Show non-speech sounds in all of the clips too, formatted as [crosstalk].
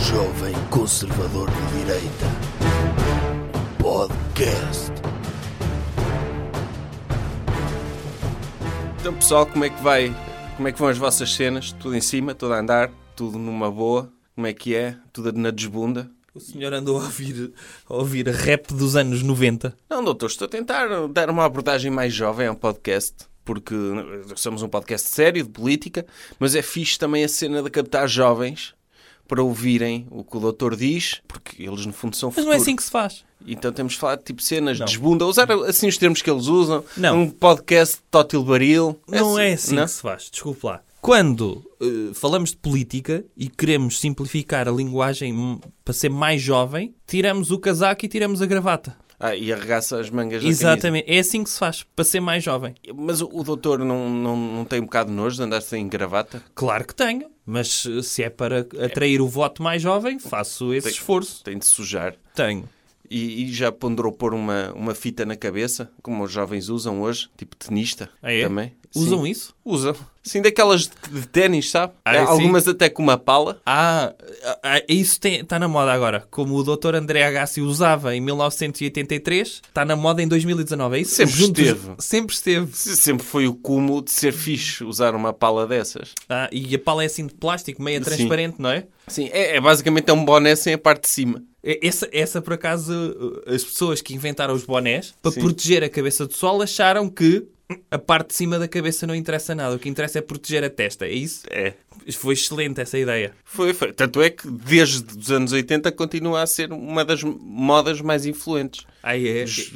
Jovem Conservador de Direita. Podcast. Então pessoal, como é que vai? Como é que vão as vossas cenas? Tudo em cima, tudo a andar, tudo numa boa? Como é que é? Tudo na desbunda? O senhor andou a ouvir, a ouvir rap dos anos 90. Não, doutor, estou a tentar dar uma abordagem mais jovem ao podcast, porque somos um podcast sério de política, mas é fixe também a cena de captar jovens para ouvirem o que o doutor diz, porque eles no fundo são Mas futuro. não é assim que se faz. Então temos de falar de tipo cenas, Não. desbunda, usar assim os termos que eles usam, Não. um podcast de Tótil Baril. Não é assim que se faz, desculpe lá. Quando eh, falamos de política e queremos simplificar a linguagem hum, para ser mais jovem, tiramos o casaco e tiramos a gravata. Ah, e arregaça as mangas da camisa. Exatamente. É assim que se faz, para ser mais jovem. Mas o, o doutor não, não, não tem um bocado de nojo de andar sem gravata? Claro que tenho, mas eh, se é para atrair o voto mais jovem, faço esse Tem- esforço. Tem de sujar. Tenho. E, e já ponderou pôr uma, uma fita na cabeça, como os jovens usam hoje, tipo tenista Ah, é? também. Usam Sim. isso? Usam. Sim, daquelas de de ténis, sabe? Ah, é, sim. Algumas até com uma pala. Ah, ah, isso está na moda agora. Como o Dr. André Agassi usava em 1983, está tá na moda em 2019. É isso? Sempre esteve. Sempre esteve. Se- Sempre foi o cúmulo de ser fixe usar uma pala dessas. Ah, e a pala é assim de plástico, meia transparente, não é? Sim, é, é basicamente é um boné sem a parte de cima. E- Essa, essa, por acaso, uh, as pessoas que inventaram os bonés para proteger a cabeça do sol acharam que a parte de cima da cabeça não interessa nada. O que interessa é proteger a testa. É isso? É. Foi excelente essa ideia. Foi, foi. Tanto é que desde os anos 80 continua a ser uma das modas mais influentes. Aí é. Os-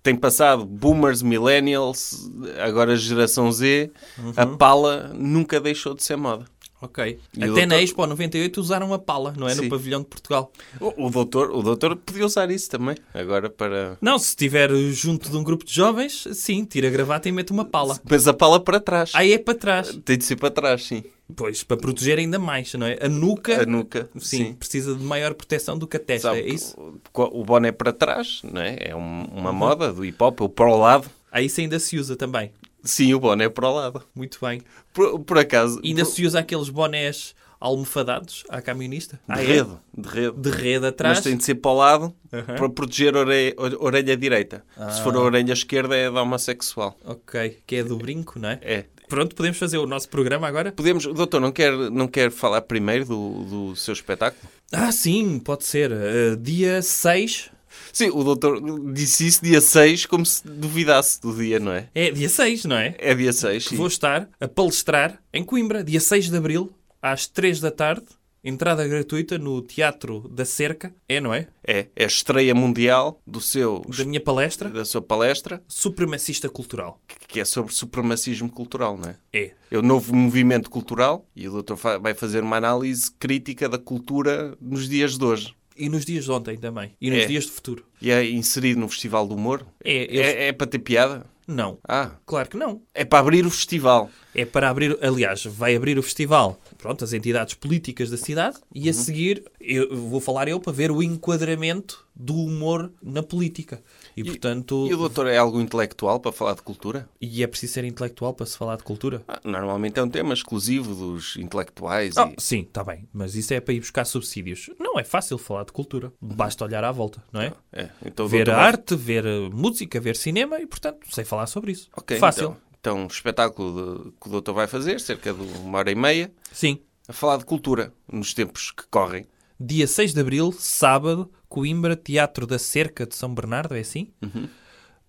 Tem passado boomers, millennials, agora geração Z. A Uhum. pala nunca deixou de ser moda. Ok. E o Até doutor- na Expo 98 usaram a pala, não é? Sim. No pavilhão de Portugal. O, o doutor, o doutor podia usar isso também. Agora para. Não, se estiver junto de um grupo de jovens, sim, tira a gravata e mete uma pala. Mas a pala para trás. Aí é para trás. Tem de ser para trás, sim. Pois, para proteger ainda mais, não é? A nuca, A nuca. sim, precisa de maior proteção do que a testa, Sabe é que isso? Uhum. O, o boné para trás, não é? É um- uma moda do hip hop, o para o lado. Aí isso ainda se usa também. Sim, o boné é para o lado. Muito bem. Por, por acaso. E ainda por- se usa aqueles bonés almofadados à camionista? de Ah, é? rede. De rede. De rede atrás? Mas tem de ser para o lado Aham. Ah. para proteger a orelha, a orelha direita. Se for a orelha esquerda é de homossexual. Ok, que é do brinco, não é? É. Pronto, podemos fazer o nosso programa agora? Podemos, doutor, não quer, não quer falar primeiro do, do seu espetáculo? Ah, sim, pode ser. Eh, dia 6... Sim, o doutor disse isso dia 6 como se duvidasse do dia, não é? É dia 6, não é? É dia 6, sim. Vou estar a palestrar em Coimbra, dia 6 de Abril, às 3 da tarde. Entrada gratuita no Teatro da Cerca. É, não é? É, é a estreia mundial do seu, Da minha palestra. da sua palestra, Supremacista Cultural. que- que é sobre supremacismo cultural, não é? É. É o novo movimento cultural e o doutor fa- vai fazer uma análise crítica da cultura nos dias de hoje. E nos dias de ontem também. E nos É. dias do futuro. E é inserido no Festival do Humor? É, eles- É, é para ter piada? Não. Ah, Claro que não. é para abrir o festival. É para abrir, aliás, vai abrir o festival, pronto, as entidades políticas da cidade Uhum. e a seguir eu vou falar eu para ver o enquadramento do humor na política. E, portanto, E o doutor é algo intelectual para falar de cultura? e é preciso ser intelectual para se falar de cultura? Ah, normalmente é um tema exclusivo dos intelectuais. Ah, e- sim, está bem. Mas isso é para ir buscar subsídios. Não é fácil falar de cultura. Basta olhar à volta, não é? É, então o Ver doutor a vai- arte, ver eh, música, ver cinema e, portanto, sei falar sobre isso. Ok, Fácil. Então, então um espetáculo de- que o doutor vai fazer, cerca de uma hora e meia, Sim. a falar de cultura nos tempos que correm. Dia 6 de Abril, sábado, Coimbra, Teatro da Cerca de São Bernardo, é assim?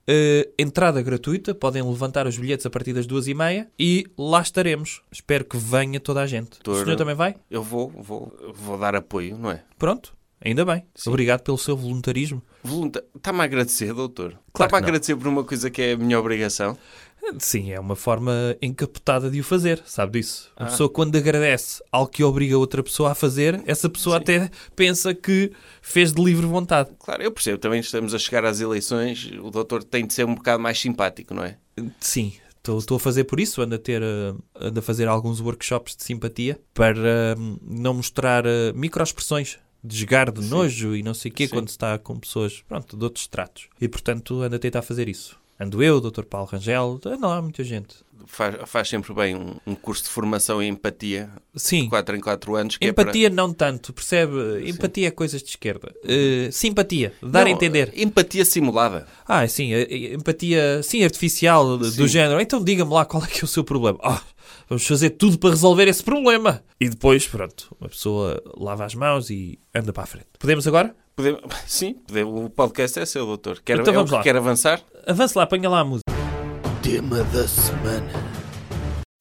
Eh, entrada gratuita, podem levantar os bilhetes a partir das duas e meia e lá estaremos. Espero que venha toda a gente. O Doutor- senhor também vai? Eu vou, vou, vou dar apoio, não é? Pronto, ainda bem. Obrigado pelo seu voluntarismo. Volunta... Está-me tá-, a agradecer, doutor? Está-me Claro a que não. agradecer por uma coisa que é a minha obrigação? Sim, é uma forma encapotada de o fazer, sabe disso? Uma pessoa quando agradece algo que obriga outra pessoa a fazer, essa pessoa até pensa que fez de livre vontade. Claro, eu percebo. Também estamos a chegar às eleições. O doutor tem de ser um bocado mais simpático, não é? Sim, estou estou a fazer por isso, ando a, ter, eh, ando a fazer alguns workshops de simpatia para hum, não mostrar eh, microexpressões. Desgar de nojo e não sei o quê, quando se está com pessoas, pronto, de outros tratos. E, portanto, ando a tentar fazer isso. Ando eu, Dr. Paulo Rangel, anda lá muita gente. Faz, faz sempre bem um, um curso de formação em empatia, Sim. 4 em 4 anos. Que é Empatia não tanto, percebe? Empatia é coisas de esquerda. Eh, simpatia, é para... dar Não, a entender. Empatia simulada. Ah, sim, eh, eh, empatia, sim, artificial de- do género. Então diga-me lá qual é que é o seu problema. Ah, vamos fazer tudo para resolver esse problema. E depois, pronto, uma pessoa lava as mãos e anda para a frente. Podemos agora? Podemos- [laughs] Sim, pode- o podcast é seu, doutor. Quer, Então é o vamos que lá. quer avançar? Avance lá, apanha lá a música. Tema da semana.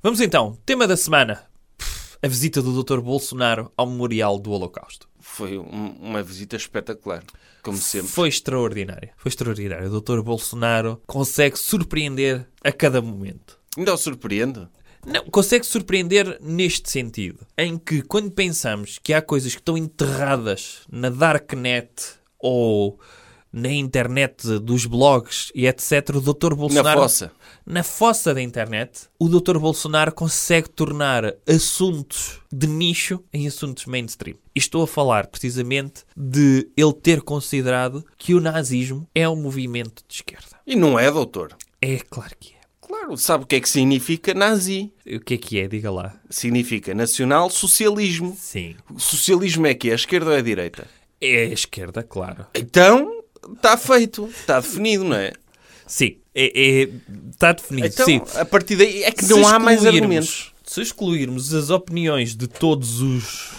Vamos então, tema da semana. Pff, A visita do Dr. Bolsonaro ao Memorial do Holocausto. Foi um- uma visita espetacular, como sempre. Foi extraordinária. Foi extraordinária. O Dr. Bolsonaro consegue surpreender a cada momento. Ainda o surpreende. Não, consegue surpreender neste sentido, em que quando pensamos que há coisas que estão enterradas na darknet ou na internet dos blogs e etc, o Dr. Bolsonaro fossa. na fossa da internet, o Dr. Bolsonaro consegue tornar assuntos de nicho em assuntos mainstream. E estou a falar precisamente de ele ter considerado que o nazismo é um movimento de esquerda. E não é, doutor. É claro que é. Claro, sabe o que é que significa nazi? O que é que é? Diga lá. Significa nacional-socialismo. Sim. O Socialismo é que é a esquerda ou é a direita? É a esquerda, claro. Então, está feito, está definido, não é? Sim, é, é- está definido. Então, sim. a partir daí é que não ah, Se há mais excluirmos- argumentos. Se excluirmos as opiniões de todos os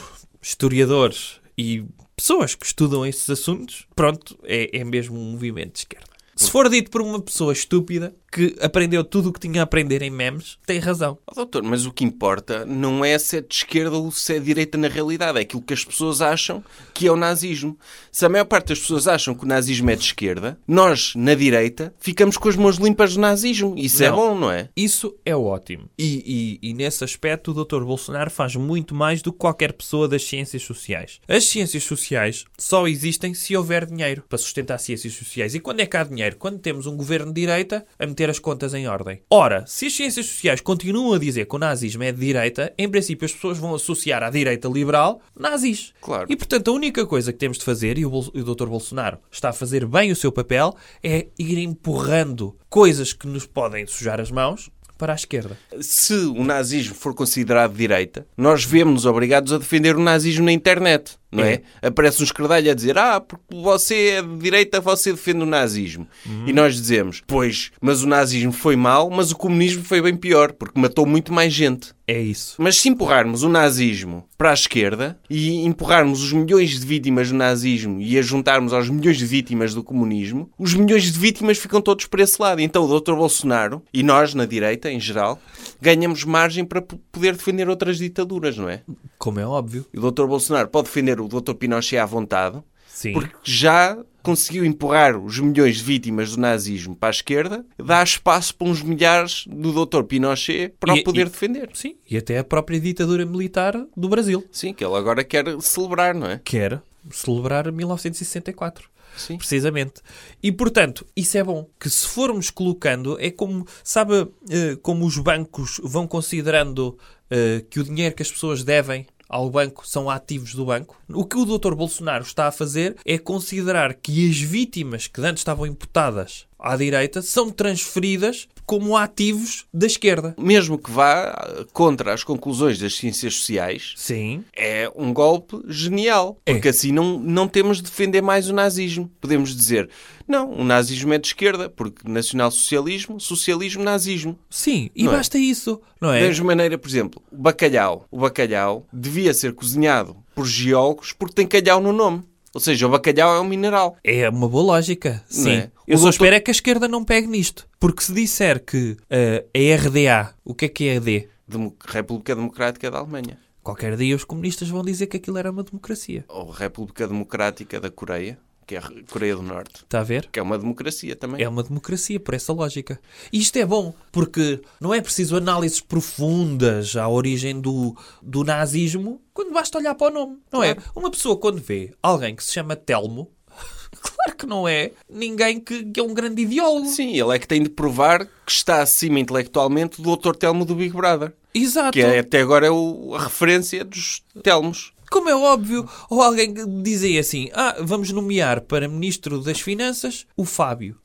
historiadores e pessoas que estudam esses assuntos, pronto, é, é mesmo um movimento de esquerda. Se for dito por uma pessoa estúpida que aprendeu tudo o que tinha a aprender em memes, tem razão. Oh, doutor, mas o que importa não é se é de esquerda ou se é de direita na realidade, é aquilo que as pessoas acham que é o nazismo. Se a maior parte das pessoas acham que o nazismo é de esquerda, nós, na direita, ficamos com as mãos limpas do nazismo. Isso é Não. bom, não é? Isso é ótimo. E, e- e nesse aspecto, o Dr. Bolsonaro faz muito mais do que qualquer pessoa das ciências sociais. As ciências sociais só existem se houver dinheiro para sustentar ciências sociais. E quando é que há dinheiro? Quando temos um governo de direita a meter as contas em ordem. Ora, se as ciências sociais continuam a dizer que o nazismo é de direita, em princípio as pessoas vão associar à direita liberal nazis. Claro. E portanto a única coisa que temos de fazer, e o, Bol- e o Dr. Bolsonaro está a fazer bem o seu papel, é ir empurrando coisas que nos podem sujar as mãos para a esquerda. Se o nazismo for considerado de direita, nós vemos-nos obrigados a defender o nazismo na internet, não é? Aparece um escardalho a dizer, ah, porque você é de direita, você defende o nazismo. E nós dizemos, pois, mas o nazismo foi mal, mas o comunismo foi bem pior, porque matou muito mais gente. É isso. Mas se empurrarmos o nazismo para a esquerda e empurrarmos os milhões de vítimas do nazismo e a juntarmos aos milhões de vítimas do comunismo, os milhões de vítimas ficam todos para esse lado. Então o Dr. Bolsonaro e nós, na direita, em geral, ganhamos margem para p- poder defender outras ditaduras, não é? Como é óbvio. E o Dr. Bolsonaro pode defender o Dr. Pinochet à vontade, Sim. porque já conseguiu empurrar os milhões de vítimas do nazismo para a esquerda, dá espaço para uns milhares do Dr. Pinochet para E- o poder e- defender. Sim. E até a própria ditadura militar do Brasil. Sim, que ele agora quer celebrar, não é? Quer celebrar 1964. Sim. Precisamente. E portanto, isso é bom. Que se formos colocando, é como, sabe, eh, como os bancos vão considerando eh, que o dinheiro que as pessoas devem ao banco são ativos do banco. O que o Dr. Bolsonaro está a fazer é considerar que as vítimas que antes estavam imputadas à direita são transferidas como ativos da esquerda. Mesmo que vá ah, contra as conclusões das ciências sociais, Sim. é um golpe genial. Porque assim não, não temos de defender mais o nazismo. Podemos dizer, não, o nazismo é de esquerda, porque nacional-socialismo, socialismo, nazismo. Sim, e Não é? basta isso, não Da é? mesma maneira, por exemplo, o bacalhau. O bacalhau devia ser cozinhado por geólogos porque tem calhau no nome. Ou seja, o bacalhau é um mineral. É uma boa lógica, sim. é? Eu O só doutor- espero é que a esquerda não pegue nisto. Porque se disser que eh, a RDA, o que é que é a D? Demo- República Democrática da Alemanha. Qualquer dia os comunistas vão dizer que aquilo era uma democracia. Ou República Democrática da Coreia, que é a Coreia do Norte. Está a ver? Que é uma democracia também. É uma democracia, por essa lógica. E isto é bom, porque não é preciso análises profundas à origem do, do nazismo, quando basta olhar para o nome, não é? Uma pessoa, quando vê alguém que se chama Telmo, [laughs] claro que não é ninguém que, que é um grande ideólogo. Sim, ele é que tem de provar que está acima intelectualmente do Dr. Telmo do Big Brother. Exato. Que é, até agora é o- a referência dos Telmos. Como é óbvio, ou alguém que dizia assim: Ah, vamos nomear para Ministro das Finanças o Fábio.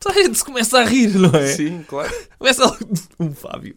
Toda a gente se começa a rir, não é? Sim, claro. Começa logo um Fábio.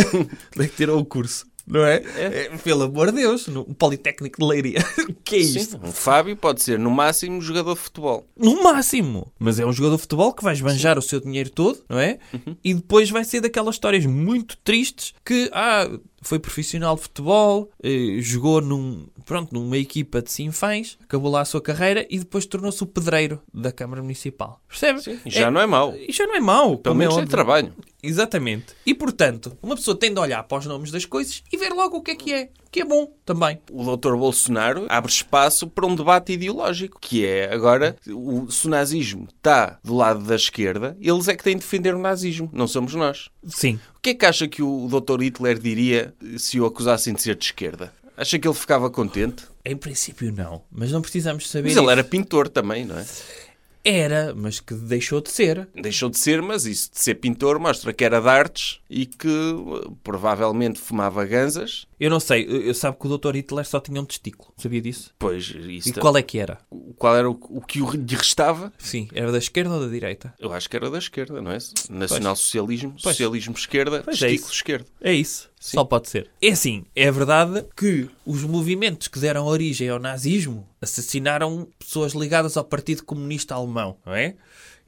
[laughs] Tem que ter um curso, não é? É, Pelo amor de Deus, no um Politécnico de Leiria. [laughs] O que é isto? Sim, um Fábio pode ser, no máximo, jogador de futebol. No máximo. Mas é um jogador de futebol que vai esbanjar o seu dinheiro todo, não é? Uhum. E depois vai ser daquelas histórias muito tristes que, ah, foi profissional de futebol, eh, jogou num, pronto, numa equipa de Sinfãs, acabou lá a sua carreira e depois tornou-se o pedreiro da Câmara Municipal. Percebe? E já não é mau. E já não é mau. Pelo como menos é é óbvio. trabalho. Exatamente. E portanto, uma pessoa tem de olhar para os nomes das coisas e ver logo o que é que é. Que é bom também. O doutor Bolsonaro abre espaço para um debate ideológico, que é agora o, se o nazismo está do lado da esquerda, eles é que têm de defender o nazismo, não somos nós. Sim. O que é que acha que o doutor Hitler diria se o acusassem de ser de esquerda? Acha que ele ficava contente? Em princípio não. Mas não precisamos saber. Mas ele era isso. pintor também, não é? Era, mas que deixou de ser. Deixou de ser, mas isso de ser pintor mostra que era de artes e que uh, provavelmente fumava ganzas. Eu não sei. Eu, eu sabe que o Dr. Hitler só tinha um testículo. Sabia disso? Pois, isso E tam- qual é que era? qual era o, o que lhe restava? Sim, era da esquerda ou da direita? Eu acho que era da esquerda, não é? Nacional-socialismo, Pois. socialismo esquerda, Pois é testículo isso. esquerdo. É isso. Só pode ser. É assim, é verdade que os movimentos que deram origem ao nazismo assassinaram pessoas ligadas ao Partido Comunista Alemão, não é?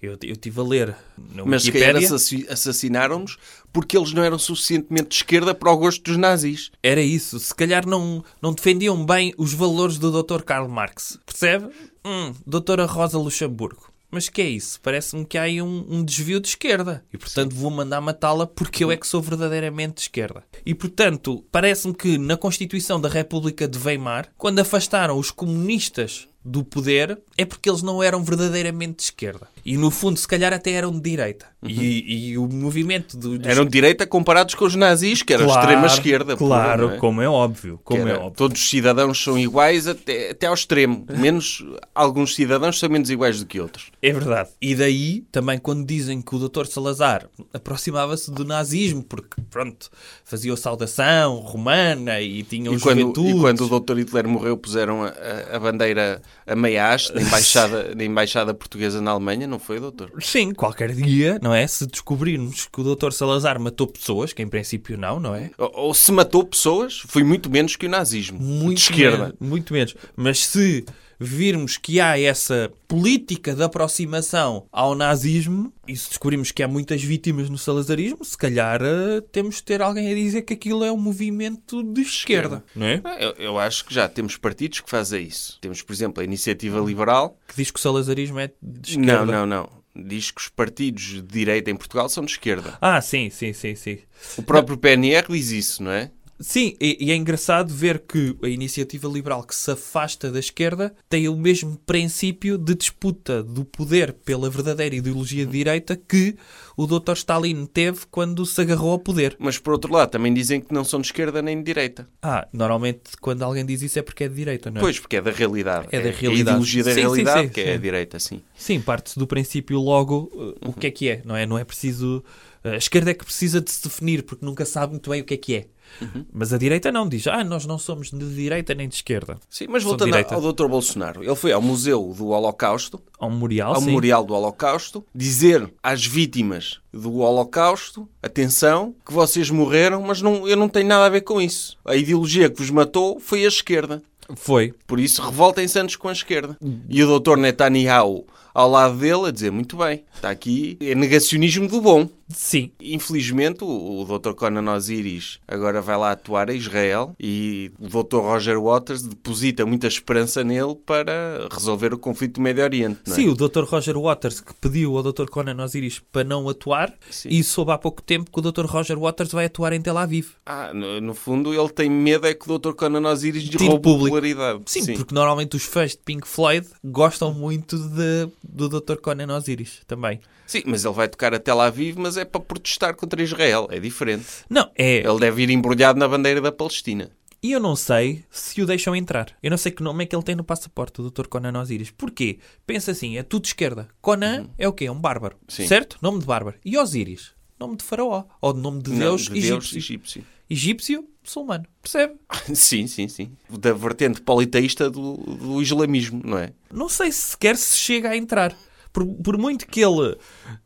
Eu, eu estive a ler na Mas se calhar Wikipédia. assassi- assassinaram-nos porque eles não eram suficientemente de esquerda para o gosto dos nazis. Era isso. Se calhar não, não defendiam bem os valores do Dr. Karl Marx. Percebe? Hum, Doutora Rosa Luxemburgo. Mas que é isso? Parece-me que há aí um, um desvio de esquerda. E, portanto, vou mandar matá-la porque eu é que sou verdadeiramente de esquerda. E, portanto, parece-me que na Constituição da República de Weimar, quando afastaram os comunistas do poder, é porque eles não eram verdadeiramente de esquerda. E, no fundo, se calhar até eram de direita. E, e o movimento do, dos Eram de direita comparados com os nazis, que era a extrema esquerda. pura, Claro, não é? como é óbvio. Que Como é era, óbvio. Todos os cidadãos são iguais até, até ao extremo. Menos alguns cidadãos são menos iguais do que outros. É verdade. E daí, também quando dizem que o Dr. Salazar aproximava-se do nazismo, porque, pronto, fazia a saudação romana e tinha um E os quando, juventudes. e quando o Dr. Hitler morreu, puseram a, a- a bandeira a meia haste na [laughs] embaixada, na embaixada portuguesa na Alemanha, não foi, doutor? Sim, qualquer dia, não é? Se descobrirmos que o Dr. Salazar matou pessoas, que em princípio não, não é? Ou, ou se matou pessoas, foi muito menos que o nazismo. Muito de esquerda. Menos, muito menos. Mas se virmos que há essa política de aproximação ao nazismo e se descobrimos que há muitas vítimas no salazarismo, se calhar eh, temos de ter alguém a dizer que aquilo é um movimento de esquerda, não é? Ah, Eu, eu acho que já temos partidos que fazem isso. Temos, por exemplo, a Iniciativa Liberal. Que diz que o salazarismo é de esquerda. Não, não, não. Diz que os partidos de direita em Portugal são de esquerda. Ah, sim, sim, sim, sim. O próprio PNR diz isso, não é? Sim, e, e é engraçado ver que a iniciativa liberal que se afasta da esquerda tem o mesmo princípio de disputa do poder pela verdadeira ideologia de direita que o Dr. Stalin teve quando se agarrou ao poder. Mas por outro lado, também dizem que não são de esquerda nem de direita. Ah, normalmente quando alguém diz isso é porque é de direita, não é? Pois, porque é da realidade. É da A realidade. ideologia da Sim, sim, realidade, sim, que sim. é a direita, sim. Sim, parte-se do princípio logo uh, o que é que é, não é? Não é preciso. A esquerda é que precisa de se definir porque nunca sabe muito bem o que é que é. Uhum. Mas a direita não diz, ah, nós não somos de direita nem de esquerda. Sim, mas São de voltando direita. ao Dr. Bolsonaro, ele foi ao Museu do Holocausto, Ao um memorial, ao Oh, sim. um Memorial do Holocausto, dizer às vítimas do Holocausto: atenção, que vocês morreram, mas não, eu não tenho nada a ver com isso. A ideologia que vos matou foi a esquerda. Foi. Por isso, revoltem-se antes com a esquerda. E o Dr. Netanyahu ao lado dele a dizer: muito bem, está aqui, é negacionismo do bom. Sim. Infelizmente, o o Dr. Conan Osiris agora vai lá atuar a Israel e o Dr. Roger Waters deposita muita esperança nele para resolver o conflito do Médio Oriente. Não é? Sim, o Dr. Roger Waters que pediu ao Dr. Conan Osiris para não atuar Sim. e soube há pouco tempo que o Dr. Roger Waters vai atuar em Tel Aviv. Ah, no, no fundo, ele tem medo é que o Dr. Conan Osiris lhe Tire roube público. popularidade. Sim, porque normalmente os fãs de Pink Floyd gostam muito de- do Dr. Conan Osiris também. Sim, mas ele vai tocar a Tel Aviv, mas é para protestar contra Israel. É diferente. Não, é. Ele deve ir embrulhado na bandeira da Palestina. E eu não sei se o deixam entrar. Eu não sei que nome é que ele tem no passaporte, o Dr. Conan Osiris. Porquê? Pensa assim, é tudo de esquerda. Conan é o quê? É um bárbaro. Uhum. Sim. Certo? Nome de bárbaro. E Osiris? Nome de faraó. Ou de nome de Não, Deus, de Deus egípcio. egípcio. Egípcio, muçulmano. Percebe? [laughs] Sim, sim, sim. Da vertente politeísta do, do islamismo, não é? Não sei se sequer se chega a entrar. Por, por muito que ele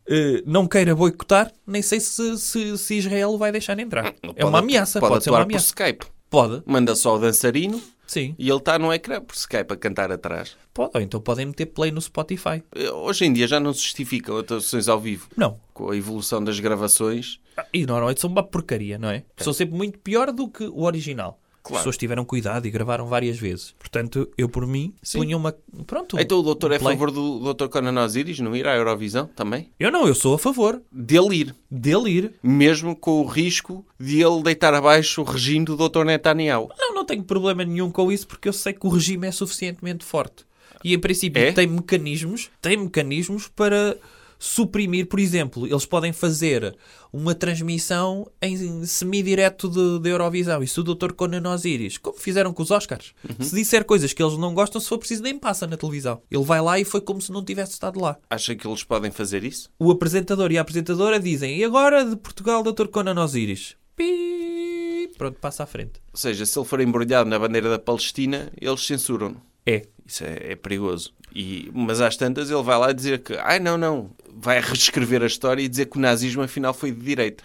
eh, não queira boicotar, nem sei se, se- se Israel vai deixar entrar. é uma ameaça, pode, Hum, Pode, ser atuar uma por Hum. ameaça. Skype. Pode, Manda só o dançarino sim. e ele está no ecrã por Skype a cantar atrás. Pode, ou então podem meter play no Spotify. Eh, Hoje em dia já não se justificam atuações ao vivo. Não. Com a evolução das gravações, Ah, E normalmente são uma porcaria, não é? São sempre muito pior do que o original. Claro. As pessoas tiveram cuidado e gravaram várias vezes. Portanto, eu por mim Sim. punha uma. Pronto. Então o doutor um é a play. favor do doutor Conan Osiris não ir à Eurovisão também? Eu não, eu sou a favor Dele ir, dele ir. mesmo com o risco de ele deitar abaixo o regime do doutor Netanyahu. Não, não tenho problema nenhum com isso porque eu sei que o regime é suficientemente forte. E em princípio É? tem mecanismos, tem mecanismos para suprimir, por exemplo, eles podem fazer uma transmissão em semidireto de, de Eurovisão. Isso o Dr. Conan Osiris, como fizeram com os Oscars. Se disser coisas que eles não gostam, se for preciso, nem passa na televisão. Ele vai lá e foi como se não tivesse estado lá. Acha que eles podem fazer isso? O apresentador e a apresentadora dizem: E agora de Portugal, Dr. Conan Osiris? Pi... Pronto, passa à frente. Ou seja, se ele for embrulhado na bandeira da Palestina, eles censuram-no. É, Isso é, é perigoso. E, mas às tantas ele vai lá dizer que, ai não, não, vai reescrever a história e dizer que o nazismo afinal foi de direita.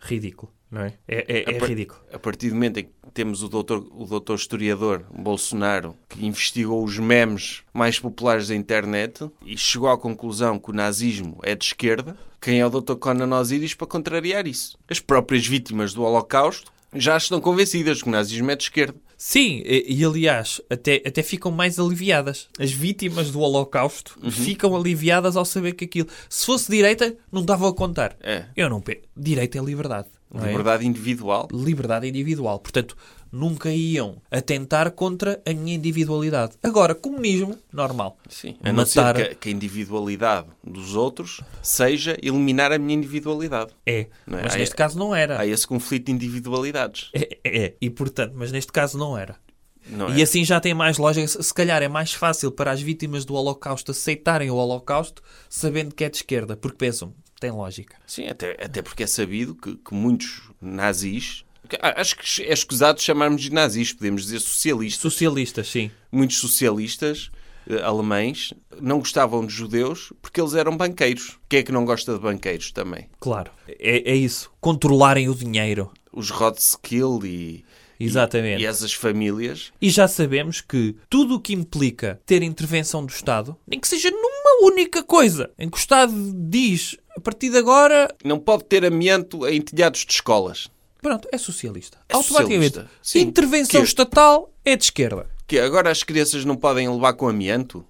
ridículo, não é? É, é ridículo. A partir do momento em que temos o doutor, o doutor historiador Bolsonaro, que investigou os memes mais populares da internet e chegou à conclusão que o nazismo é de esquerda, quem é o doutor Conan Osiris para contrariar isso? As próprias vítimas do Holocausto já estão convencidas que o nazismo é de esquerda. Sim, e, e, aliás, até, até ficam mais aliviadas. As vítimas do Holocausto Uhum. ficam aliviadas ao saber que aquilo. Se fosse direita, não estava a contar. É. Eu não. pe- Direita é liberdade. não é? Liberdade individual. liberdade individual. Portanto, nunca iam atentar contra a minha individualidade. Agora, comunismo, normal. Sim. A não Matar- ser que, que a individualidade dos outros seja eliminar a minha individualidade. É. Não é? Mas Há- neste caso não era. Há esse conflito de individualidades. É, é, é. E portanto, mas neste caso não era. Não é? E assim já tem mais lógica. Se se calhar é mais fácil para as vítimas do Holocausto aceitarem o Holocausto sabendo que é de esquerda, porque pensam, tem lógica. Sim, até, até porque é sabido que, que muitos nazis. que- ah, Acho que é escusado chamarmos de nazis, podemos dizer socialistas. Socialistas, sim. Muitos socialistas eh, alemães não gostavam de judeus porque eles eram banqueiros. Quem é que não gosta de banqueiros também? Claro. É, é isso. Controlarem o dinheiro. Os Rothschild e, Exatamente. e é- essas famílias. E já sabemos que tudo o que implica ter intervenção do Estado, nem que seja numa única coisa, em que o Estado diz a partir de agora, Não pode ter amianto em telhados de escolas. pronto, é socialista. É Automaticamente. socialista. Sim. Intervenção Que- estatal é de [laughs] esquerda. Que agora as crianças não podem levar com amianto?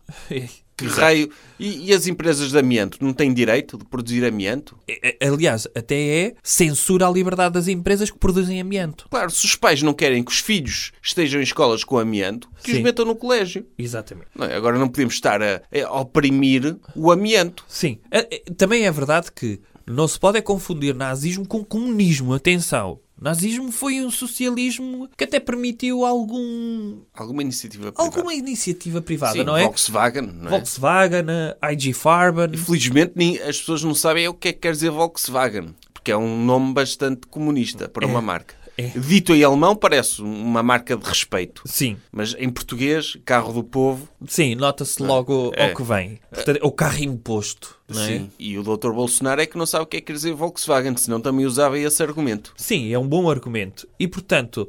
Que raio? E, e as empresas de amianto não têm direito de produzir amianto? É- é- Aliás, até é censura à liberdade das empresas que produzem amianto. Claro, se os pais não querem que os filhos estejam em escolas com amianto, que os Sim. metam no colégio. Exatamente. Não é? Agora não podemos estar a, a oprimir o amianto. Sim. É- é- Também é verdade que não se pode é confundir nazismo com comunismo. Atenção. Nazismo foi um socialismo que até permitiu algum, Alguma iniciativa privada. alguma iniciativa privada, Sim, não é? Volkswagen, não é? Volkswagen, a IG Farben. Felizmente nem- as pessoas não sabem o que é que quer dizer Volkswagen, porque é um nome bastante comunista para uma marca. é. Dito em alemão parece uma marca de respeito. Sim, Mas em português, carro do povo, sim, nota-se logo É. ao que vem. Portanto, é o carro imposto, não é? sim. E o doutor Bolsonaro é que não sabe o que é que quer dizer Volkswagen, senão também usava esse argumento. Sim, é um bom argumento. E, portanto,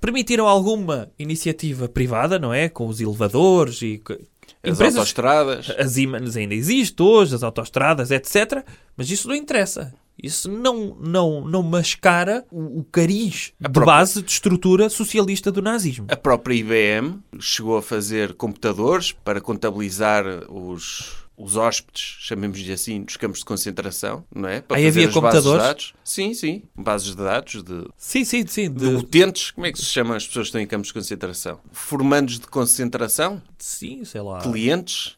permitiram alguma iniciativa privada, não é? Com os elevadores e... co- As empresas, autostradas... as ímanes ainda existem hoje, as autostradas, etc. Mas isso não interessa. Isso não, não, não mascara o, o cariz de própria- base de estrutura socialista do nazismo. A própria IBM chegou a fazer computadores para contabilizar os, os hóspedes, chamemos-lhe assim, dos campos de concentração, não é? Para Aí fazer havia as Bases computadores? de dados. Sim, sim. Bases de dados de, Sim, sim, sim. de de- utentes. Como é que se chamam as pessoas que estão em campos de concentração? Formandos de concentração? Sim, sei lá. Clientes?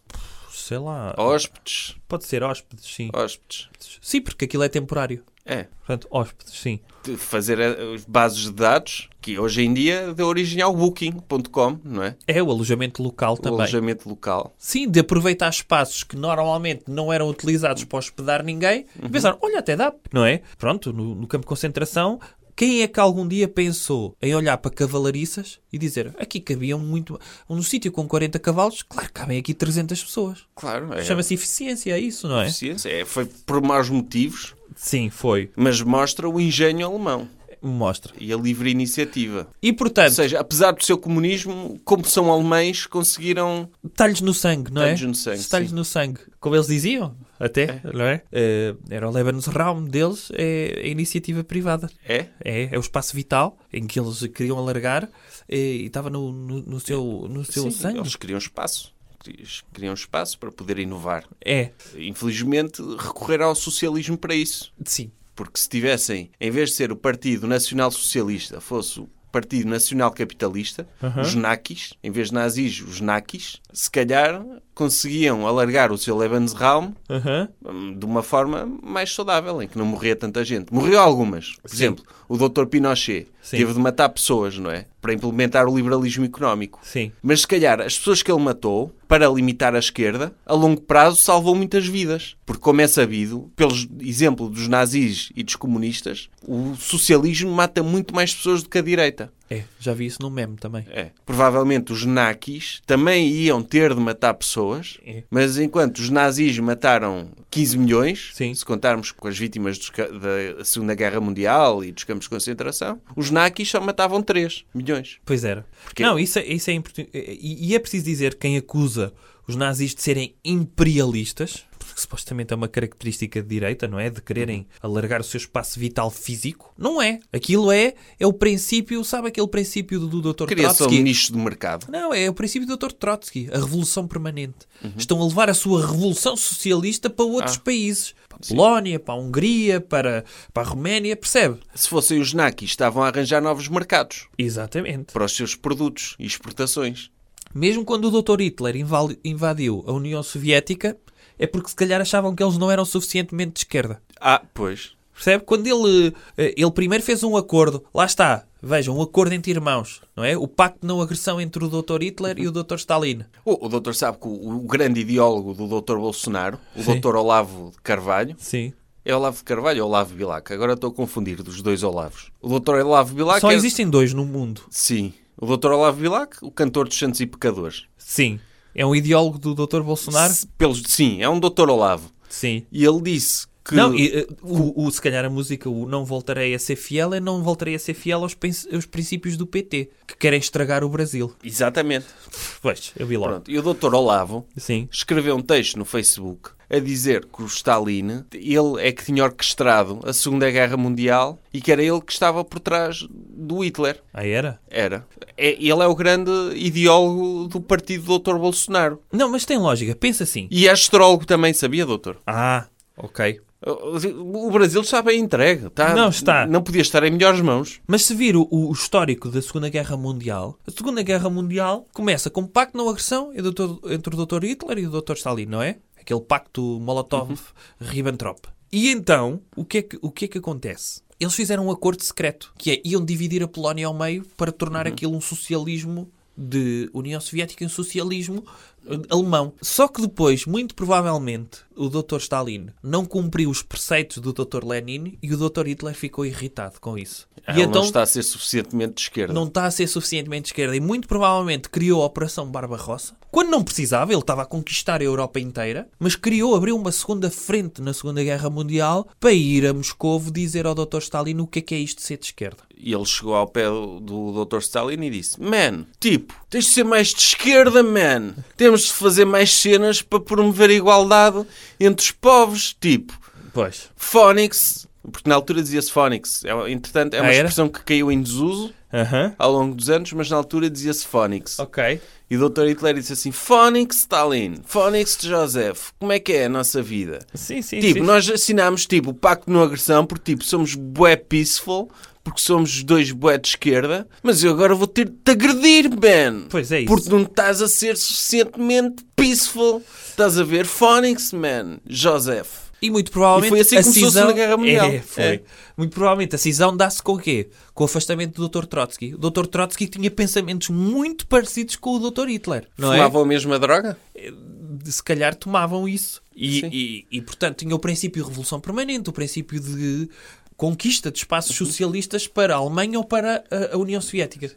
Sei lá. Hóspedes? Pode ser hóspedes, sim. Hóspedes. Sim, porque aquilo é temporário. É. Portanto, hóspedes, sim. De fazer eh, as bases de dados, que hoje em dia deu origem ao Booking.com, não é? É o alojamento local O também. alojamento local. Sim, de aproveitar espaços que normalmente não eram Uhum. utilizados para hospedar ninguém. E pensaram, olha, até dá, não é? Pronto, no, no campo de concentração Quem é que algum dia pensou em olhar para cavalariças e dizer aqui cabiam muito. Num sítio com 40 cavalos, claro, cabem aqui 300 pessoas. Claro, é. Chama-se eficiência, é isso, não é? eficiência. É, foi por maus motivos, Sim, foi. mas mostra o engenho alemão Mostra. e a livre iniciativa. E Ou portanto, seja, apesar do seu comunismo, como são alemães, conseguiram. Talhos no sangue, não é? Talhos no sangue, Talhos sim. no sangue. Como eles diziam, até, não é? Eh, era o Lebensraum deles, é a iniciativa privada. É? É, é o espaço vital em que eles queriam alargar eh, e estava no, no, no seu, no seu Sim, sangue. eles criam espaço. Eles Criam espaço para poder inovar. É, Infelizmente, recorreram ao socialismo para isso. sim. Porque se tivessem, em vez de ser o Partido Nacional Socialista, fosse o Partido Nacional Capitalista, os naquis, em vez de nazis, os naquis, se calhar conseguiam alargar o seu Lebensraum Aham. hum, de uma forma mais saudável, em que não morria tanta gente. Morreu algumas. Por exemplo, o Dr. Pinochet Sim. teve de matar pessoas, não é? Para implementar o liberalismo económico. Sim. Mas se calhar as pessoas que ele matou, para limitar a esquerda, a longo prazo salvou muitas vidas. Porque, como é sabido, pelo exemplo dos nazis e dos comunistas, o socialismo mata muito mais pessoas do que a direita. É, já vi isso num meme também. É. Provavelmente os naquis também iam ter de matar pessoas, É. mas enquanto os nazis mataram 15 milhões, Sim. se contarmos com as vítimas dos ca- da Segunda Guerra Mundial e dos campos de concentração, os naquis só matavam 3 milhões. Pois era. Porque- Não, isso é, isso é importante. E, e é preciso dizer quem acusa os nazis de serem imperialistas, porque supostamente é uma característica de direita, não é? De quererem Uhum. alargar o seu espaço vital físico. Não é. Aquilo é, é o princípio, sabe aquele princípio do, do Dr. Cria-se um Trotsky? nicho de mercado. Não, é o princípio do Dr. Trotsky, a revolução permanente. Estão a levar a sua revolução socialista para outros países. Para a Polónia, para a Hungria, para, para a Roménia, percebe? Se fossem os naquis, estavam a arranjar novos mercados Exatamente. para os seus produtos e exportações. Mesmo quando o Dr. Hitler inval- invadiu a União Soviética, é porque se calhar achavam que eles não eram suficientemente de esquerda. Ah, pois. Percebe? Quando ele, eh, ele primeiro fez um acordo, lá está, vejam, um acordo entre irmãos, não é? O pacto de não agressão entre o Dr. Hitler e o Dr. Stalin. O, o doutor sabe que o, o grande ideólogo do doutor Bolsonaro, o Sim. doutor Olavo de Carvalho, Sim. É Olavo de Carvalho ou Olavo Bilac? Agora estou a confundir dos dois Olavos. O doutor Olavo Bilac... Só é- existem dois no mundo. Sim. O doutor Olavo Bilac, o cantor dos santos e pecadores. Sim. É um ideólogo do Dr. Bolsonaro? Se- Pelos... Sim, é um doutor Olavo. Sim. E ele disse que... Não, e, eh, o, o- se calhar a música, o Não Voltarei a Ser Fiel, é Não Voltarei a Ser Fiel aos, prin- aos princípios do PT, que querem estragar o Brasil. Exatamente. [laughs] Pois, eu vi logo. Pronto. E o doutor Olavo Sim. escreveu um texto no Facebook a dizer que o Stalin, ele é que tinha orquestrado a Segunda Guerra Mundial e que era ele que estava por trás do Hitler. Ah, era? Era. É- ele é o grande ideólogo do partido do doutor Bolsonaro. Não, mas tem lógica. Pensa assim. E é astrólogo também, sabia, doutor? Ah, ok. O Brasil está bem entregue. Está, Não está. Não podia estar em melhores mãos. Mas se vir o, o histórico da Segunda Guerra Mundial, a Segunda Guerra Mundial começa com um pacto não agressão e o doutor- entre o Dr. Hitler e o Dr. Stalin, não é? Aquele pacto Molotov-Ribbentrop. E então, o que, é que, o que é que acontece? Eles fizeram um acordo secreto, que é, iam dividir a Polónia ao meio para tornar aquilo um socialismo de União Soviética e um socialismo eh, alemão. Só que depois, muito provavelmente, o Dr. Stalin não cumpriu os preceitos do Dr. Lenin e o Dr. Hitler ficou irritado com isso. Ele É, não está a ser suficientemente de esquerda. então não está a ser suficientemente de esquerda e muito provavelmente criou a Operação Barbarrossa. Quando não precisava, ele estava a conquistar a Europa inteira, mas criou, abriu uma segunda frente na Segunda Guerra Mundial para ir a Moscovo dizer ao Dr. Stalin o que é que é isto de ser de esquerda. E ele chegou ao pé do, do Dr. Stalin e disse: Man, tipo, tens de ser mais de esquerda, man. Temos de fazer mais cenas para promover a igualdade entre os povos. Tipo, Pois. Phonics. Porque na altura dizia-se Phonics. É, entretanto, é uma Ah, era? expressão que caiu em desuso Aham. ao longo dos anos, mas na altura dizia-se Phonics. Ok. E o Dr. Hitler disse assim: Phonics Stalin, Phonics Joseph, como é que é a nossa vida? Sim, sim, Tipo, nós assinámos tipo, o pacto de não agressão porque tipo, somos bué peaceful, porque somos os dois bué de esquerda, mas eu agora vou ter de te agredir, man. Pois é isso. Porque não estás a ser suficientemente peaceful. Estás a ver? Phonics, man. Joseph. E muito provavelmente E foi assim que a começou a cisão... Segunda Guerra Mundial. É, foi. É. Muito provavelmente a cisão dá-se com o quê? Com o afastamento do Dr. Trotsky. O Dr. Trotsky tinha pensamentos muito parecidos com o Dr. Hitler. Não é? Fumavam a mesma droga? de- se calhar tomavam isso. E, Sim. e, e, portanto, tinha o princípio de revolução permanente, o princípio de conquista de espaços Uhum. socialistas para a Alemanha ou para a, a União Soviética.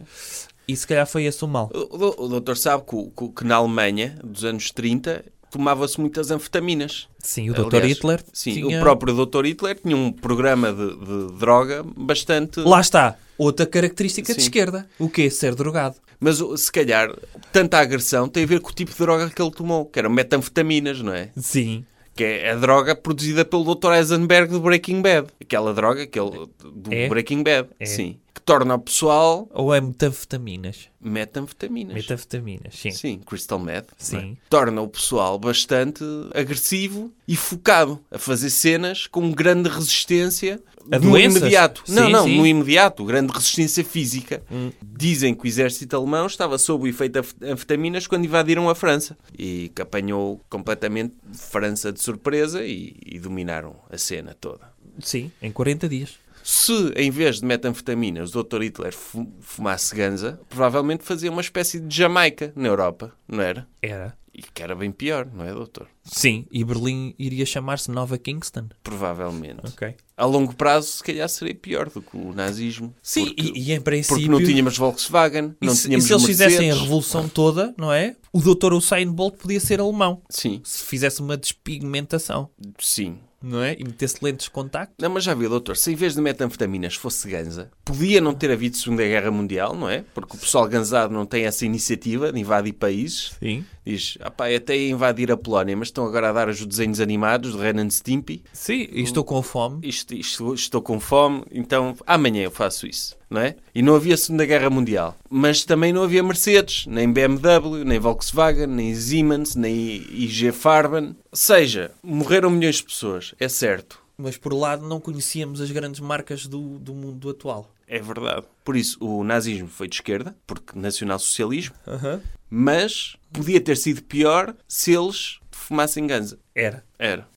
E se calhar foi esse o mal. O, o- o doutor sabe que, o- que- que na Alemanha, dos anos 30, tomava-se muitas anfetaminas. Sim, o Aliás, Dr. Hitler Sim, tinha- o próprio Dr. Hitler tinha um programa de, de droga bastante... Lá está, outra característica de Sim. esquerda. O quê? Ser drogado. Mas o- se calhar, tanta agressão tem a ver com o tipo de droga que ele tomou, que eram metanfetaminas, não é? Sim. Que é a droga produzida pelo Dr. Eisenberg do Breaking Bad. Aquela droga que ele, do É? Breaking Bad, sim. Que torna o pessoal Ou é metanfetaminas? metanfetaminas. Metanfetaminas, sim. Sim, crystal meth. Sim. não é? Torna o pessoal bastante agressivo e focado a fazer cenas com grande resistência A no doenças? imediato. não, Sim, não, sim. Hum. no imediato. Grande resistência física. Dizem que o exército alemão estava sob o efeito de anf- anfetaminas quando invadiram a França e que apanhou completamente França de surpresa e, e dominaram a cena toda. Sim, em 40 dias. Se, em vez de metanfetaminas, o Dr. Hitler fu- fumasse ganza, provavelmente fazia uma espécie de Jamaica na Europa, não era? Era. E que era bem pior, não é, doutor? Sim, e Berlim iria chamar-se Nova Kingston. Provavelmente. Ok. A longo prazo, se calhar, seria pior do que o nazismo. Sim, porque, e, e em porque princípio... não tínhamos Volkswagen, e não se, tínhamos e se eles fizessem a Mercedes. revolução toda, não é? O doutor Usain Bolt podia ser alemão. Sim, Se fizesse uma despigmentação, sim. não é? E metesse lentes de contacto. Não, mas já viu, doutor, se em vez de metanfetaminas fosse ganza, podia não ter havido Segunda Guerra Mundial, não é? Porque o pessoal ganzado não tem essa iniciativa de invadir países. Sim. Diz, ah pá, até ia invadir a Polónia, mas estão agora a dar os desenhos animados do Renan Stimpy. Sim, e estou com fome. isto, isto- estou com fome, então amanhã eu faço isso, não é? E não havia Segunda Guerra Mundial, mas também não havia Mercedes, nem BMW, nem Volkswagen, nem Siemens, nem IG Farben. Ou seja, morreram milhões de pessoas, é certo, Mas por lado não conhecíamos as grandes marcas do, do mundo atual. é verdade. Por isso, o nazismo foi de esquerda, porque nacional-socialismo, Aham. mas podia ter sido pior se eles fumassem ganza. Era. Era.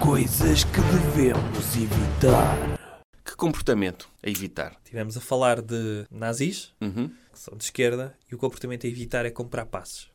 Coisas que devemos evitar. Que comportamento a evitar? Tivemos a falar de nazis, Uhum. que são de esquerda, e o comportamento a evitar é comprar passes.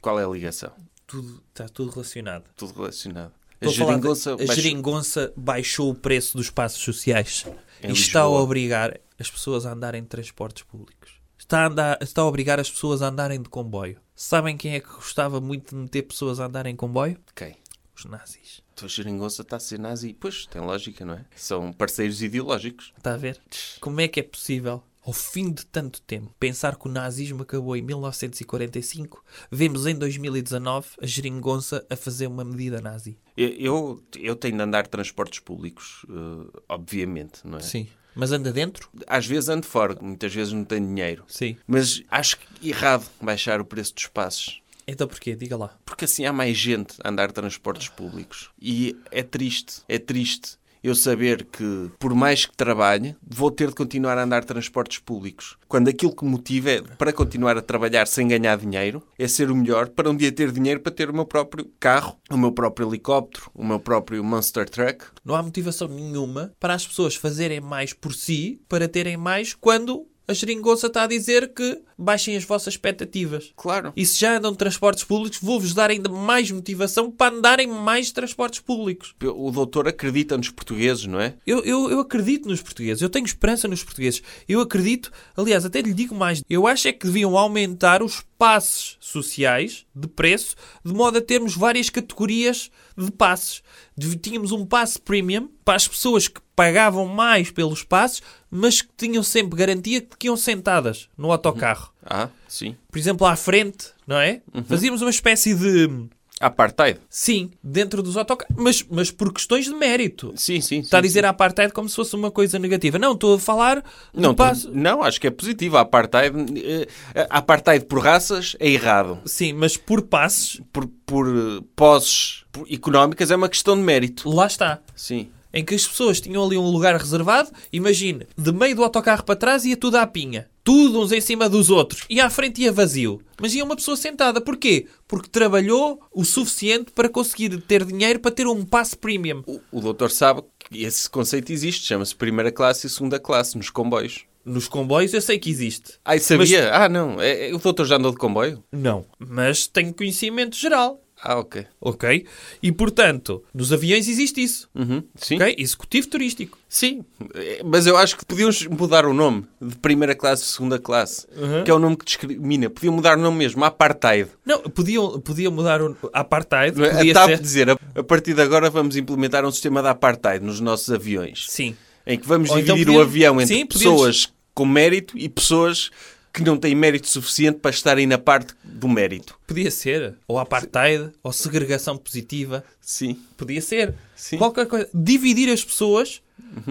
Qual é a ligação? Tudo, está tudo relacionado. Tudo relacionado. Estou a falar de- geringonça a baixou- geringonça baixou o preço dos passos sociais Em e está a Lisboa. obrigar as pessoas a andarem de transportes públicos. Está a, andar- está a obrigar as pessoas a andarem de comboio. Sabem quem é que gostava muito de meter pessoas a andarem em comboio? Quem? Os nazis. Então a geringonça está a ser nazi. Pois, tem lógica, não é? São parceiros ideológicos. Está a ver? Como é que é possível, ao fim de tanto tempo, pensar que o nazismo acabou em 1945? Vemos em 2019 a geringonça a fazer uma medida nazi. Eu, eu, eu tenho de andar de transportes públicos, eh, obviamente, não é? Sim. Mas anda dentro? Às vezes ando fora, muitas vezes não tenho dinheiro. Sim. Mas acho que errado baixar o preço dos passes. Então porquê? Diga lá. Porque assim há mais gente a andar de transportes públicos. E é triste, é triste eu saber que, por mais que trabalhe, vou ter de continuar a andar de transportes públicos. Quando aquilo que me motiva é, para continuar a trabalhar sem ganhar dinheiro, é ser o melhor para um dia ter dinheiro para ter o meu próprio carro, o meu próprio helicóptero, o meu próprio monster truck. Não há motivação nenhuma para as pessoas fazerem mais por si, para terem mais, quando a geringonça está a dizer que baixem as vossas expectativas. Claro. E se já andam de transportes públicos, vou-vos dar ainda mais motivação para andarem mais de transportes públicos. O doutor acredita nos portugueses, não é? Eu, eu, eu acredito nos portugueses, eu tenho esperança nos portugueses. Eu acredito, aliás, até lhe digo mais, eu acho é que deviam aumentar os passes sociais de preço, de modo a termos várias categorias de passes. Deve- Tínhamos um passe premium para as pessoas que pagavam mais pelos passes, mas que tinham sempre garantia de que iam sentadas no autocarro. Ah, sim. Por exemplo, à frente, não é? Fazíamos uma espécie de... Apartheid. Sim, dentro dos autocarros, mas, mas por questões de mérito. Sim, sim. Está a sim, dizer a apartheid como se fosse uma coisa negativa. Não, estou a falar do Não, passo- tu- não, acho que é positivo. A apartheid, eh, a apartheid por raças é errado. Sim, mas por passes, Por, por eh, poses por- económicas é uma questão de mérito. lá está. Sim. Em que as pessoas tinham ali um lugar reservado, imagine, de meio do autocarro para trás ia tudo à pinha. Tudo uns em cima dos outros. E à frente ia vazio. Mas ia uma pessoa sentada. Porquê? Porque trabalhou o suficiente para conseguir ter dinheiro para ter um passe premium. O, o doutor sabe que esse conceito existe. Chama-se primeira classe e segunda classe nos comboios. Nos comboios eu sei que existe. Ai, sabia? Ah, não. é- é- o doutor já andou de comboio? Não. Mas tenho conhecimento geral. Ah, ok. Ok? E portanto, nos aviões existe isso. Uhum. Sim. Ok? Executivo turístico. Sim. Eh, Mas eu acho que podiam mudar o nome de primeira classe e segunda classe, que é o nome que discrimina. Podiam mudar o nome mesmo, apartheid. Não, podiam, podiam mudar o apartheid. Não é? Podia a TAP ser... dizer, a, a partir de agora vamos implementar um sistema de apartheid nos nossos aviões, Sim. em que vamos Ou então dividir o podíamos- avião entre Sim, podíamos- pessoas com mérito e pessoas que não têm mérito suficiente para estarem na parte do mérito. Podia ser. Ou apartheid, ou segregação positiva. Sim. Podia ser. Sim. Uhum. Qualquer coisa. Dividir as pessoas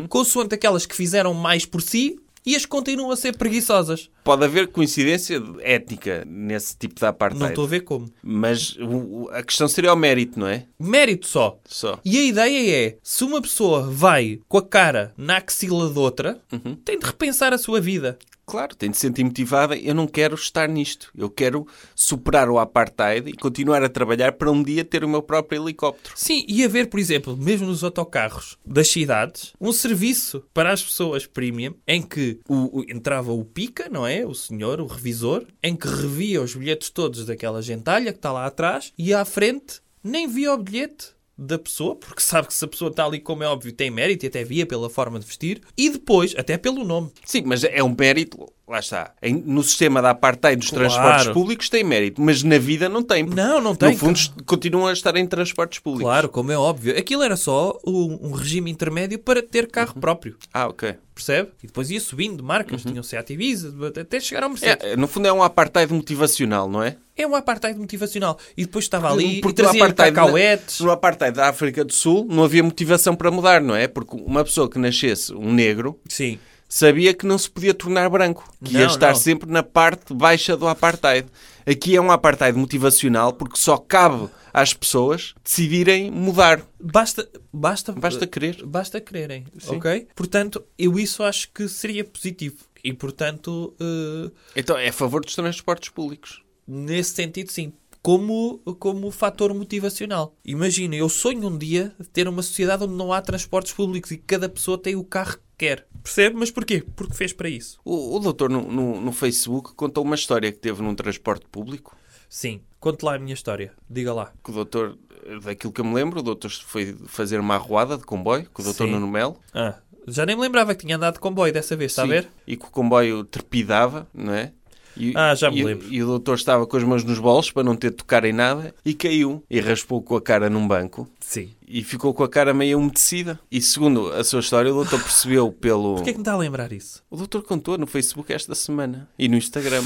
consoante aquelas que fizeram mais por si e as que continuam a ser preguiçosas. Pode haver coincidência étnica nesse tipo de Não apartheid. estou a ver como. Mas o- o- a questão seria o mérito, não é? Mérito só. Só. E a ideia é, se uma pessoa vai com a cara na axila de outra, Uhum. tem de repensar a sua vida. Claro, tem de sentir motivada. Eu não quero estar nisto. Eu quero superar o apartheid e continuar a trabalhar para um dia ter o meu próprio helicóptero. Sim, e haver, por exemplo, mesmo nos autocarros das cidades, um serviço para as pessoas premium em que o, o- entrava o pica, não é? O senhor, o revisor, em que revia os bilhetes todos daquela gentalha que está lá atrás e à frente nem via o bilhete da pessoa, porque [laughs] sabe que se a pessoa está ali, como é óbvio, tem mérito e até via pela forma de vestir e depois, até pelo nome. Sim, mas é um mérito. Lá está. Em- no sistema da apartheid dos Claro. transportes públicos tem mérito, mas na vida não tem. porque, Não, não tem, No fundo, est- continuam a estar em transportes públicos. Claro, como é óbvio. Aquilo era só um, um regime intermédio para ter carro próprio, Ah, ok. percebe? E depois ia subindo de marcas, tinham Seat Ibiza, até chegar ao Mercedes. É, no fundo é um apartheid motivacional, não é? É um apartheid motivacional. E depois estava ali Porque e no trazia apartheid- é- cacauetes. No apartheid da África do Sul não havia motivação para mudar, não é? Porque uma pessoa que nascesse um negro Sim. sabia que não se podia tornar branco, que ia Não, estar não. sempre na parte baixa do apartheid. Aqui é um apartheid motivacional porque só cabe às pessoas decidirem mudar. Basta, basta, Basta querer. Basta quererem, ok? Portanto, eu isso acho que seria positivo. E, portanto, eh, Então é a favor dos transportes públicos. nesse sentido, sim. Como, como fator motivacional. Imagina, eu sonho um dia de ter uma sociedade onde não há transportes públicos e cada pessoa tem o carro que quer. Percebe? Mas porquê? Porque fez para isso. O, o doutor no, no- no Facebook contou uma história que teve num transporte público. Sim. Conte lá a minha história. Diga lá. Que o doutor, daquilo que eu me lembro, o doutor foi fazer uma arruada de comboio com o doutor Sim. Nuno Melo. Ah, já nem me lembrava que tinha andado de comboio dessa vez, está a Sim. ver? E que o comboio trepidava, não é? E, Ah, já me e- lembro. E o doutor estava com as mãos nos bolsos para não ter de tocar em nada e caiu e raspou com a cara num banco Sim. e ficou com a cara meio umedecida. E segundo a sua história, o doutor percebeu pelo. Porquê é que me está a lembrar isso? O doutor contou no Facebook esta semana e no Instagram.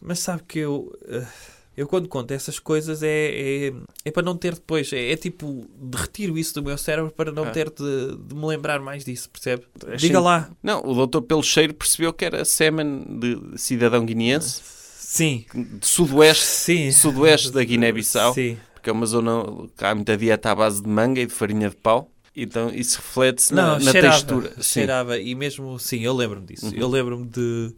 Mas sabe que eu. eh, Eu quando conto essas coisas é, é, é para não ter depois. É, é tipo, de retiro isso do meu cérebro para não ter de, de me lembrar mais disso, percebe? Diga sim. lá. Não, o doutor, pelo cheiro, percebeu que era semen de cidadão guineense, Sim. de sudoeste, Sim. sudoeste da Guiné-Bissau. Sim. porque é uma zona que há muita dieta à base de manga e de farinha de pau. Então isso reflete-se na, Não, na cheirava, textura. Sim. Uhum. Cheirava. E mesmo, sim, eu lembro-me disso. Eu lembro-me de,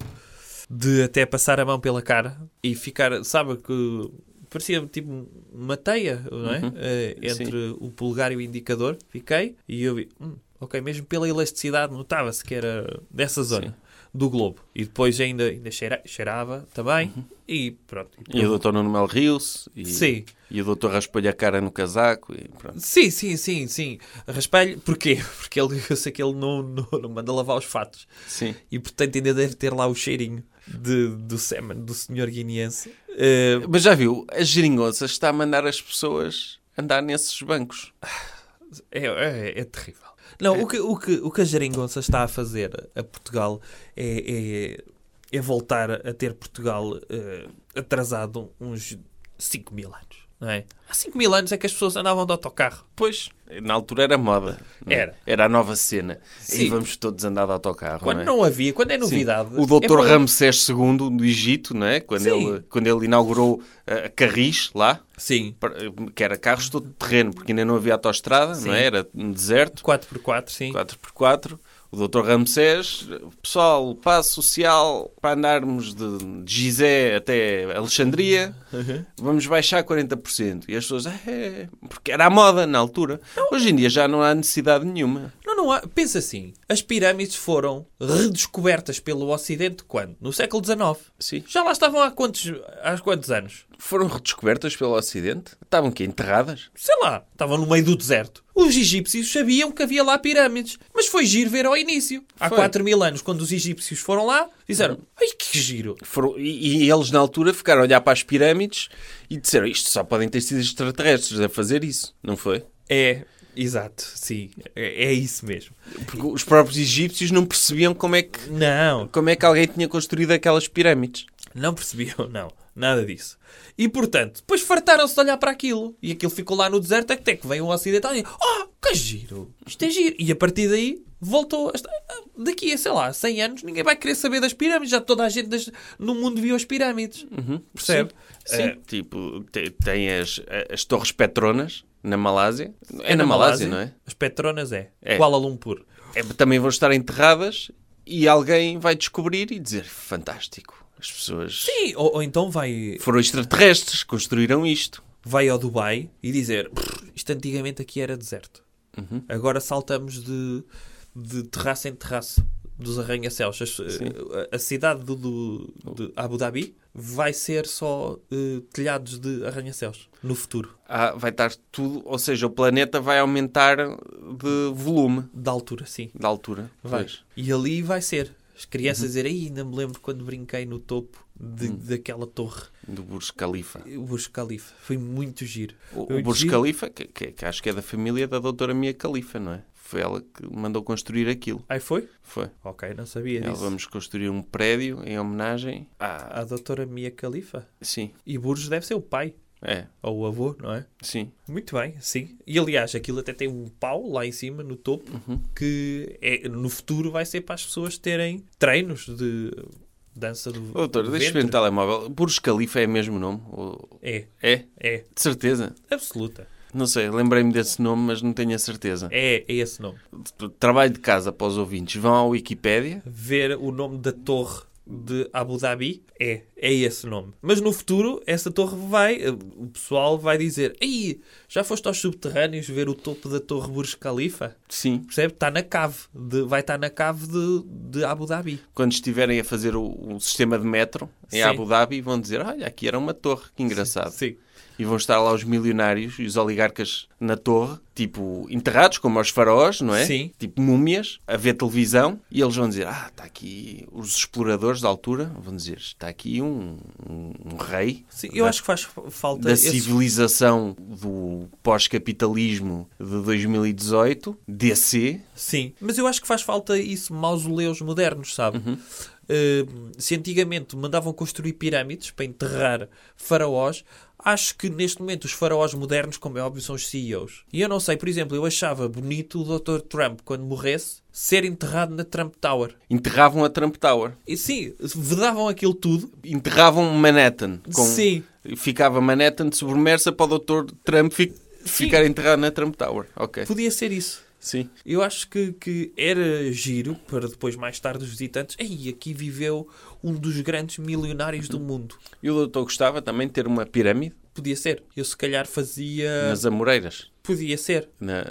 de até passar a mão pela cara e ficar, sabe, que parecia tipo uma teia, não é? Eh, Uhum. Sim. entre o polegar e o indicador. Fiquei e eu vi, hum, ok, mesmo pela elasticidade notava-se que era dessa zona. Do globo. E depois ainda, ainda cheira- cheirava também. Uhum. E pronto. E o doutor Nuno Mel riu-se. E, Sim. e o doutor raspou-lhe a cara no casaco. E pronto. Sim, sim, sim, sim. Raspelho. Porquê? [laughs] Porque ele, eu sei que ele não, não, não manda lavar os fatos. Sim. E portanto ainda deve ter lá o cheirinho de, do semen do senhor guineense. Eh, Mas já viu, a geringonça está a mandar as pessoas andar nesses bancos. é, é, é terrível. Não, o que, o, que, o que a geringonça está a fazer a Portugal é, é, é voltar a ter Portugal eh, atrasado uns 5 mil anos. Não é? Há 5 mil anos é que as pessoas andavam de autocarro. Pois, na altura era moda. não é? Era. Era a nova cena. E Sim. vamos todos andar de autocarro. Quando é? não havia, quando é Sim. novidade. O doutor é para- Ramsés II do Egito, não é? quando, Sim. ele, quando ele inaugurou a Carris lá, Sim, para- que era carros todo terreno, porque ainda não havia autoestrada, não é? era um deserto, 4x4, sim. 4x4. O Dr. Ramsés, pessoal, paz social para andarmos de Gizé até Alexandria, Uhum. vamos baixar Então- 40%. E as pessoas, "Ah, é, porque era a moda na altura. Hoje em dia já não há necessidade nenhuma. Não, não não há... Pensa assim, as pirâmides foram redescobertas pelo Ocidente quando? No século XIX. Sim. Já lá estavam há quantos, há quantos anos? Foram redescobertas pelo Ocidente? Estavam aqui enterradas? Sei lá, estavam no meio do deserto. Os egípcios sabiam que havia lá pirâmides, mas foi giro ver ao início. Há Foi. 4 mil anos, quando os egípcios foram lá, disseram: Ai que giro! Foram- e, e eles, na altura, ficaram a olhar para as pirâmides e disseram isto só podem ter sido extraterrestres a fazer isso, não foi? É, exato, sim, é, é isso mesmo. Porque os próprios egípcios não percebiam como é que, Não, como é que alguém tinha construído aquelas pirâmides. Não percebiam, [laughs] não. Nada disso. E portanto, depois fartaram-se de olhar para aquilo. E aquilo ficou lá no deserto até que veio um ocidental e Oh, que giro! Isto é giro! E a partir daí voltou. A... estar- "Ah, Daqui a, sei lá, 100 anos, ninguém vai querer saber das pirâmides. Já toda a gente das- no mundo viu as pirâmides. Percebe? Uhum. Sim. Eh, tipo, te- tem as, as torres Petronas na Malásia. É, na, Malásia, não é? As Petronas é. É. Kuala Lumpur. é? Também vão estar enterradas e alguém vai descobrir e dizer fantástico. As pessoas Sim, ou, ou então vai, foram extraterrestres, construíram isto. vai ao Dubai e dizer "Brrr, isto antigamente aqui era deserto. Uhum. Agora saltamos de, de terraço em terraço dos arranha-céus. As- eh, A, a cidade do, do- Oh. de Abu Dhabi vai ser só eh, telhados de arranha-céus no futuro, Ah, vai estar tudo, ou seja, o planeta vai aumentar de volume, da altura, sim. de altura. Vai. Pois. Uhum. E ali vai ser. As crianças dizerem, "Ai, ainda me lembro quando brinquei no topo de- Hum. daquela torre. Do Burj Khalifa. O Burj Khalifa. Foi muito giro. O, Foi o muito Burj giro. Khalifa, que, que- que acho que é da família da doutora Mia Khalifa, não é? Foi ela que mandou construir aquilo. Aí foi? Foi. Ok, não sabia Ela, disso. vamos construir um prédio em homenagem à... A doutora Mia Khalifa. Sim, E Burj deve ser o pai é, ou o avô, não é? sim. Muito bem, sim. E aliás, aquilo até tem um pau lá em cima, no topo, Uhum. que é, no futuro vai ser para as pessoas terem treinos de dança do. Ô, Doutor, do deixa-me ver no ventre. telemóvel. Burj Khalifa é mesmo o nome? Ou- É, É? é, De certeza? absoluta. Não sei, lembrei-me desse nome, mas não tenho a certeza. É, é esse nome. Trabalho de casa para os ouvintes. Vão à Wikipédia? Ver o nome da torre de Abu Dhabi é, é esse nome. Mas no futuro, essa torre vai, eh, o pessoal vai dizer: Ei, já foste aos subterrâneos ver o topo da torre Burj Khalifa? Sim. Percebe? Está na cave, de- vai estar na cave de, de Abu Dhabi. Quando estiverem a fazer o, o sistema de metro em Sim. Abu Dhabi, vão dizer, olha, aqui era uma torre, que engraçado. Sim. E vão estar lá os milionários e os oligarcas na torre, tipo, enterrados, como aos faraós, não é? Sim. Tipo múmias, a ver televisão. E eles vão dizer, ah, está aqui os exploradores da altura. Vão dizer, está aqui um, um- um rei Sim, eu da, acho que faz falta da esse- civilização do pós-capitalismo de 2018, DC. Sim, mas eu acho que faz falta isso, mausoleus modernos, sabe? Eh, se antigamente mandavam construir pirâmides para enterrar faraós, acho que neste momento os faraós modernos, como é óbvio, são os CEOs. E eu não sei, por exemplo, eu achava bonito o Dr. Trump, quando morresse, ser enterrado na Trump Tower. Enterravam a Trump Tower. E sim, vedavam aquilo tudo. Enterravam Manhattan. Com... Sim. Ficava Manhattan submersa para o Dr. Trump fi- ficar enterrado na Trump Tower. Ok. Podia ser isso. Sim. Eu acho que, que era giro para depois, mais tarde, os visitantes. Ei, aqui viveu um dos grandes milionários do mundo. E o doutor gostava também de ter uma pirâmide Podia ser. Eu, se calhar, fazia. nas Amoreiras. Podia ser. Na,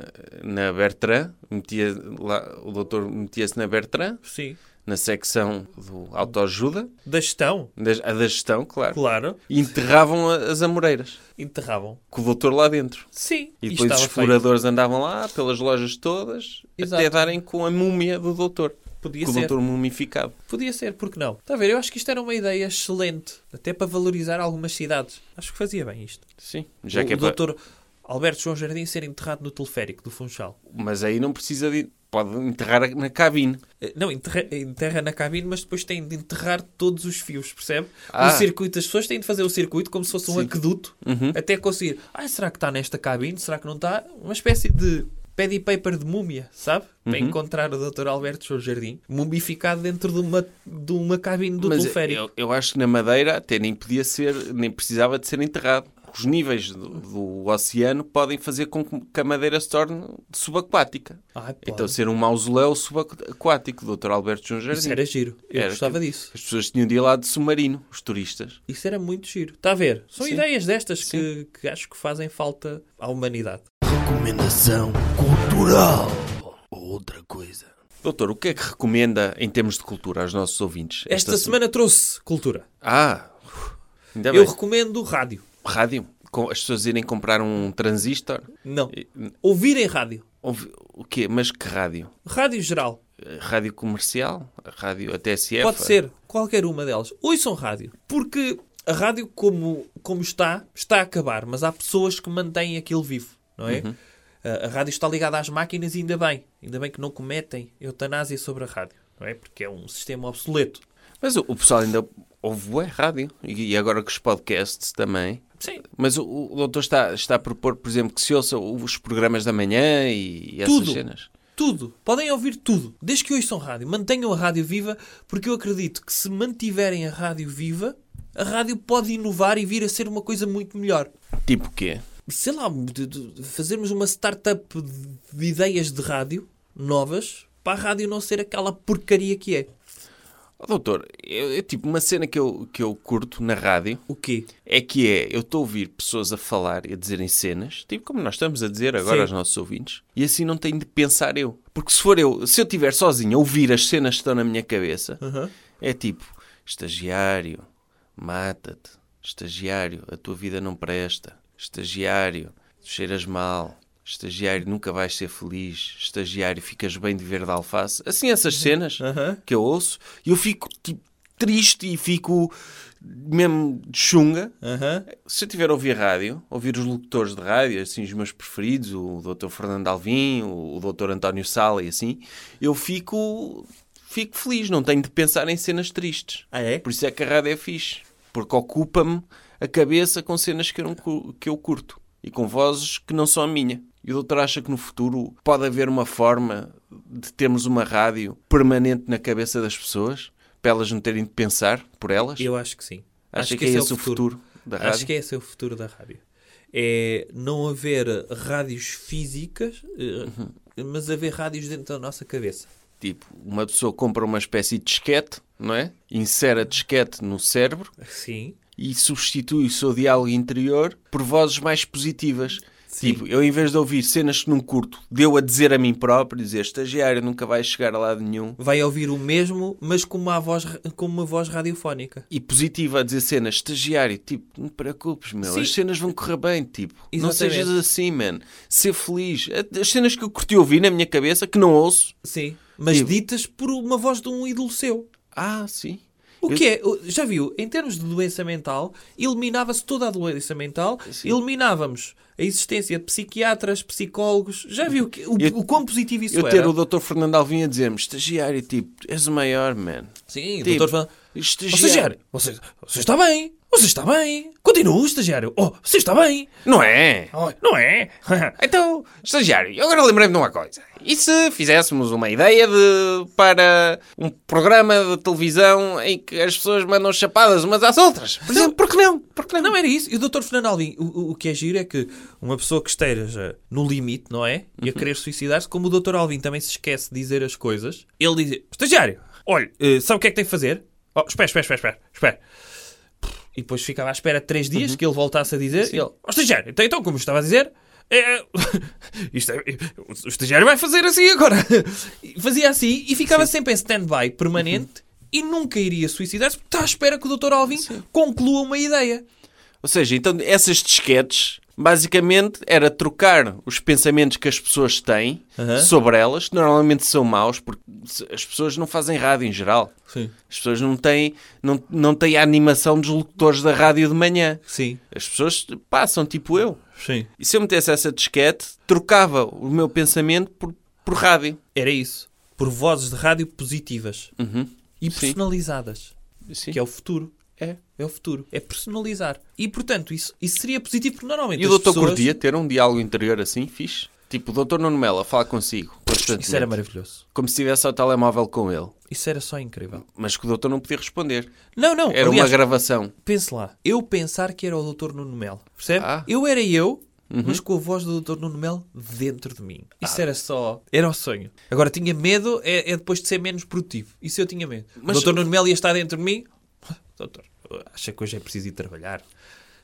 na Bertrand, metia lá, o doutor metia-se na Bertrand, Sim. na secção do autoajuda, Da gestão, das- a da gestão, claro, claro. e enterravam a- as Amoreiras, Enterravam. com o doutor lá dentro. Sim. E depois os estava exploradores andavam lá, pelas lojas todas, Exato. até darem com a múmia do doutor, feito. Podia com o ser. doutor mumificado. Podia ser, porque não? Está a ver? Eu acho que isto era uma ideia excelente. Até para valorizar algumas cidades. Acho que fazia bem isto. Sim, já o que é para- doutor Alberto João Jardim ser enterrado no teleférico do Funchal. Mas aí não precisa de. Pode enterrar na cabine. Eh, Não, enterra, enterra na cabine, mas depois tem de enterrar todos os fios, percebe? Ah. O circuito, as pessoas têm de fazer o circuito como se fosse um Sim. Uhum. aqueduto até conseguir. Ah, será que está nesta cabine? Será que não está? Uma espécie de paddy paper de múmia, sabe? Para Uhum. encontrar o Dr. Alberto João Jardim mumificado dentro de uma, de uma cabine do Mas teleférico. eu, eu acho que na Madeira até nem podia ser, nem precisava de ser enterrado. Os níveis do, do oceano podem fazer com que a madeira se torne subaquática. Ai, Ah, pode. Então ser um mausoléu subaquático, Dr. Alberto João Jardim. Isso era giro. Eu Era gostava disso. As pessoas tinham de ir lá de submarino, os turistas. Isso era muito giro. Está a ver? São Sim. ideias destas que, que acho que fazem falta à humanidade. Recomendação cultural. outra coisa. Doutor, o que é que recomenda em termos de cultura aos nossos ouvintes? Esta, semana trouxe cultura. Ah, uf, ainda bem. Eu recomendo rádio. Rádio. Com as pessoas irem comprar um transistor. Não. E- Ouvirem rádio. Ouve- O quê? Mas que rádio? Rádio geral. Eh, Rádio comercial? Rádio até TSF? Pode ser qualquer uma delas. Ouçam rádio. Porque a rádio, como, como está, está a acabar. Mas há pessoas que mantêm aquilo vivo, não é? A, a rádio está ligada às máquinas e ainda bem. Ainda bem que não cometem eutanásia sobre a rádio, não é? Porque é um sistema obsoleto. Mas o, o pessoal ainda ouve bué rádio. E, e agora com os podcasts também. Sim. Mas o, o doutor está, está a propor, por exemplo, que se ouça os programas da manhã e, e essas Tudo. cenas. Tudo. Podem ouvir tudo. Desde que ouçam rádio. Mantenham a rádio viva, porque eu acredito que se mantiverem a rádio viva, a rádio pode inovar e vir a ser uma coisa muito melhor. Tipo o quê? sei lá, de- de- fazermos uma startup de, de ideias de rádio novas para a rádio não ser aquela porcaria que é. Ó, doutor, eu, eu, tipo, uma cena que eu, que eu curto na rádio O quê? é que é, eu estou a ouvir pessoas a falar e a dizerem cenas, tipo como nós estamos a dizer agora Sim. aos nossos ouvintes, e assim não tenho de pensar eu. Porque se for eu, se eu estiver sozinho a ouvir as cenas que estão na minha cabeça, é tipo, estagiário, mata-te, estagiário, a tua vida não presta, estagiário, tu cheiras mal, estagiário, nunca vais ser feliz, estagiário, ficas bem de verde alface. Assim essas cenas Uhum. Aham. que eu ouço, e eu fico tipo triste e fico mesmo de chunga Aham. se eu tiver a ouvir rádio, ouvir os locutores de rádio, assim, os meus preferidos, o Dr. Fernando Alvim, o Dr. António Sala e assim, eu fico, fico feliz, não tenho de pensar em cenas tristes. Ah, é? Por isso é que a rádio é fixe, porque ocupa-me a cabeça com cenas que eu, não cu- que eu curto e com vozes que não são a minha. E o doutor acha que no futuro pode haver uma forma de termos uma rádio permanente na cabeça das pessoas, para elas não terem de pensar por elas? Eu acho que sim. Acha que, é esse o futuro, da rádio? Acho que esse é o futuro da rádio. É não haver rádios físicas, eh, Uhum. mas haver rádios dentro da nossa cabeça. Tipo, uma pessoa compra uma espécie de disquete, não é? Insere a disquete no cérebro Sim. e substitui o seu diálogo interior por vozes mais positivas. Sim. Tipo, eu em vez de ouvir cenas que não curto, deu a dizer a mim próprio, dizer estagiário, nunca vais chegar a lado nenhum. Vai ouvir o mesmo, mas com uma voz, ra- com uma voz radiofónica. E positiva a dizer cenas, estagiário, tipo, não te preocupes, meu, Sim. as cenas vão correr bem, tipo, não Exatamente. sejas assim, man, ser feliz. As cenas que eu curti ouvir na minha cabeça, que não ouço, Sim. Mas Sim. ditas por uma voz de um ídolo seu. ah, sim. O Eu- que é, o- já viu, em termos de doença mental, eliminava-se toda a doença mental, eliminávamos a existência de psiquiatras, psicólogos, já viu que, o, Eu- o quão positivo isso Eu era? ter o Dr. Fernando Alvim a dizer-me, estagiário, tipo, és o maior, man. Sim, Tipo, doutor Fernando. "Ó, Estagiário. Estagiário, você, você está bem, você está bem, continua, estagiário, oh, você está bem, Não é? Oh, não é? [laughs] Então, estagiário, eu agora lembrei-me de uma coisa. E se fizéssemos uma ideia de para um programa de televisão em que as pessoas mandam chapadas umas às outras? Por exemplo, porque não? Porque não? Não era isso. E o Dr. Fernando Alvim, o, o- o que é giro é que uma pessoa que esteja no limite, não é? E a querer suicidar-se, como o Dr. Alvim também se esquece de dizer as coisas, ele diz: Estagiário, olha, eh, sabe o que é que tem que fazer? Oh, espera, espera, espera, espera, espera. E depois ficava à espera três dias que ele voltasse a dizer: e ele, "Ó, Estagiário, então, então, como eu estava a dizer. eh, [laughs] isto é- o estagiário vai fazer assim agora. [laughs] E Fazia assim e ficava sempre em stand-by permanente e nunca iria suicidar-se porque está à espera que o Dr. Alvim conclua uma ideia. Ou seja, então essas disquetes basicamente era trocar os pensamentos que as pessoas têm Aham. sobre elas, que normalmente são maus, porque se- as pessoas não fazem rádio em geral. Sim. As pessoas não têm, não, não têm a animação dos locutores da rádio de manhã. Sim, As pessoas passam, tipo eu. sim. E se eu metesse essa disquete, trocava o meu pensamento por, por rádio. Era isso. Por vozes de rádio positivas e Sim. personalizadas, Sim. Uhum. que é o futuro. É. É o futuro. É personalizar. E, portanto, isso, isso seria positivo porque normalmente E o as doutor pessoas... curtia ter um diálogo interior assim, fixe? Tipo, o doutor Nuno Melo a falar consigo, Isso era constantemente, maravilhoso. como se estivesse ao telemóvel com ele, Isso era só incrível. mas que o doutor não podia responder. Não, não. Era uma aliás, gravação. pense lá. Eu pensar que era o Dr. Nuno Melo. Percebe? Ah. Uhum. Eu era eu, mas com a voz do Dr. Nuno Melo dentro de mim. Isso Ah. era só... Era o sonho. Agora, tinha medo é, é depois de ser menos produtivo. Isso eu tinha medo. Mas- O Dr. Nuno Melo ia estar dentro de mim. Ah, Doutor, acha que hoje é preciso ir trabalhar?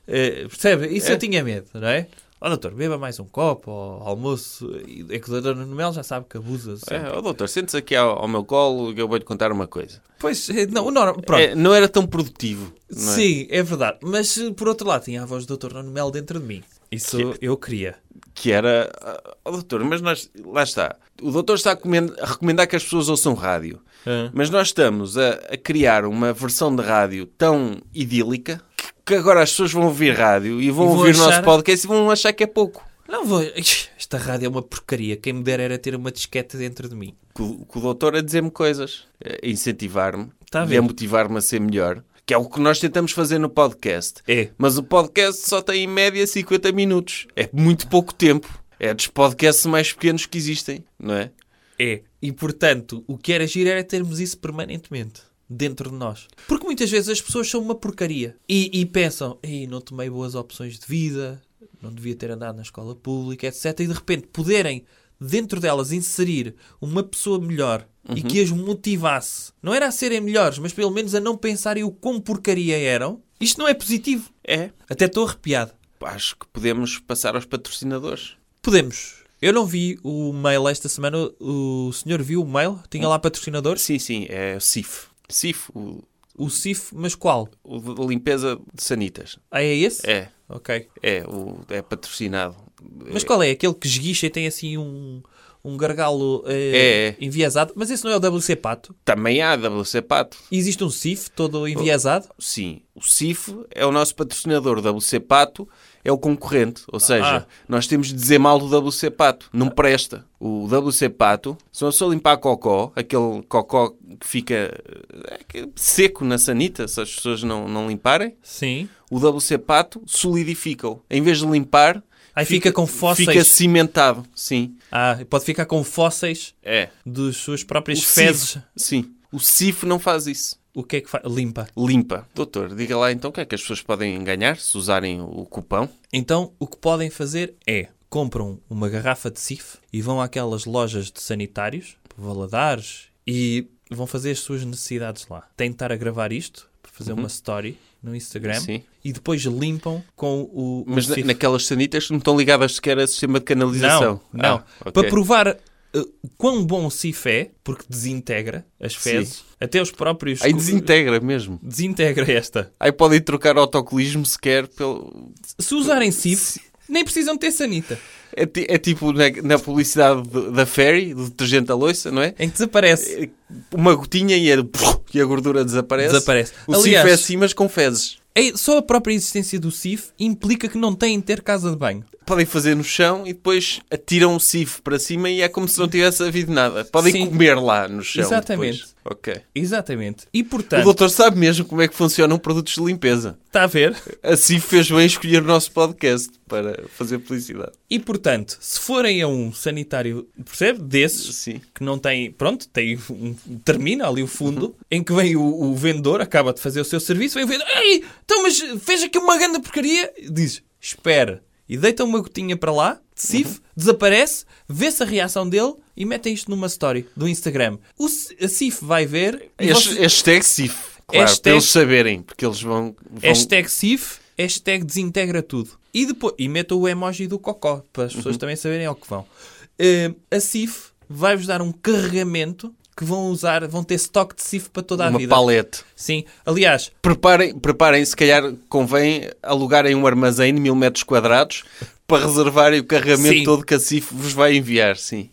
Eh, percebe? Isso eu tinha medo, não é? Ó doutor, beba mais um copo, ou almoço. E É que o doutor Nuno Melo já sabe que abusa. sempre. É, ó, doutor, sente-se aqui ao, ao meu colo que eu vou-lhe contar uma coisa. Pois, é, não, o normal. Pronto. É, não era tão produtivo. não é? Sim, é verdade. Mas eh, por outro lado, tinha a voz do Dr. Nuno Melo dentro de mim. Isso eu queria. Que era. ah, Ó, doutor, mas nós. Lá está. O doutor está a comen- a recomendar que as pessoas ouçam rádio. É. Mas nós estamos a, a criar uma versão de rádio tão idílica que, que agora as pessoas vão ouvir rádio e vão, E vão ouvir o nosso achar- podcast e vão achar que é pouco. Não vou. [laughs] Esta rádio é uma porcaria. Quem me dera era ter uma disquete dentro de mim. Que, o- que o doutor a dizer-me coisas, a incentivar-me Tá a e ver. a motivar-me a ser melhor, que é o que nós tentamos fazer no podcast. É. Mas o podcast só tem em média 50 minutos. É muito pouco tempo. É dos podcasts mais pequenos que existem, não é? É. E portanto, o que era giro era termos isso permanentemente dentro de nós. Porque muitas vezes as pessoas são uma porcaria e, e pensam, ei, não tomei boas opções de vida, não devia ter andado na escola pública, etc. E de repente poderem dentro delas inserir uma pessoa melhor e que as motivasse. Não era a serem melhores, mas pelo menos a não pensarem o quão porcaria eram. Isto não é positivo. É. Até estou arrepiado. Acho que podemos passar aos patrocinadores. Podemos. Eu não vi o mail esta semana. O senhor viu o mail? Tinha lá patrocinadores? Sim, sim, é o CIF. CIF, o, O CIF, mas qual? o de limpeza de sanitas. Ah, é esse? É, Ok. é, o, é patrocinado. Mas qual é? Aquele que esguicha e tem assim um, um gargalo É, eh, é. enviesado? Mas esse não é o WC Pato? Também há WC Pato. Existe um CIF todo enviesado? Sim, o CIF é o nosso patrocinador. O WC Pato é o concorrente. Ou seja, Ah. nós temos de dizer mal do WC Pato. Não presta. O WC Pato, se uma pessoa limpar cocó, aquele cocó que fica eh, que- seco na sanita, se as pessoas não, não limparem, Sim. o WC Pato solidifica-o. Em vez de limpar, Aí fica com fósseis. Fica cimentado, sim. Ah, pode ficar com fósseis É. dos suas próprias O fezes. CIF, sim. O CIF não faz isso. O que é que faz? Limpa. Limpa. Doutor, diga lá então o que é que as pessoas podem ganhar se usarem o cupão. Então, o que podem fazer é compram uma garrafa de CIF e vão àquelas lojas de sanitários, Valadares, e vão fazer as suas necessidades lá. Têm de estar a gravar isto, para fazer uma story no Instagram, Uhum. Sim. e depois limpam com o, o Mas na- CIF. naquelas sanitas que não estão ligadas sequer a sistema de canalização. Não, não. Ah, ok. Para provar eh, quão bom o CIF é, porque desintegra as fezes, até os próprios... Aí desintegra mesmo. Desintegra esta. Aí podem trocar o autocolismo sequer pelo. Se usarem CIF, nem precisam ter sanita, É, ti- é tipo na, na publicidade do- da Ferry, do detergente da loiça, não é? em que desaparece. É Uma gotinha e é a, e a gordura desaparece. Desaparece. O Aliás- CIF é assim, mas com fezes. É, só a própria existência do CIF implica que não têm de ter casa de banho. podem fazer no chão e depois atiram o cifo para cima e é como se não tivesse havido nada. Podem Sim. comer lá no chão. Exatamente. depois. Ok. Exatamente. E o portanto, doutor sabe mesmo como é que funcionam produtos de limpeza. está a ver? A CIF fez bem escolher o nosso podcast para fazer publicidade. E portanto, se forem a um sanitário, percebe? Desses Sim. que não tem, pronto, tem um, termina ali o fundo, em que vem o, o vendedor, acaba de fazer o seu serviço, vem o vendedor, ei, então mas fez aqui uma grande porcaria, diz, espera, e deita uma gotinha para lá, de CIF, desaparece, vê-se a reação dele e metem isto numa story do Instagram. O, C- a CIF vai ver e Hasht- vocês- Hashtag CIF. Claro, para Hashtag- eles saberem, porque eles vão. vão- Hashtag SIF, hashtag desintegra tudo. E, depois, e meta o emoji do cocó, para as Uhum. pessoas também saberem ao que vão. Eh, a SIF vai-vos dar um carregamento que vão usar, vão ter estoque de SIF para toda a Uma vida. palete. Sim, aliás, Preparem, preparem, se calhar convém alugarem um armazém de mil metros quadrados para reservarem o carregamento Sim. todo que a CIF vos vai enviar, sim.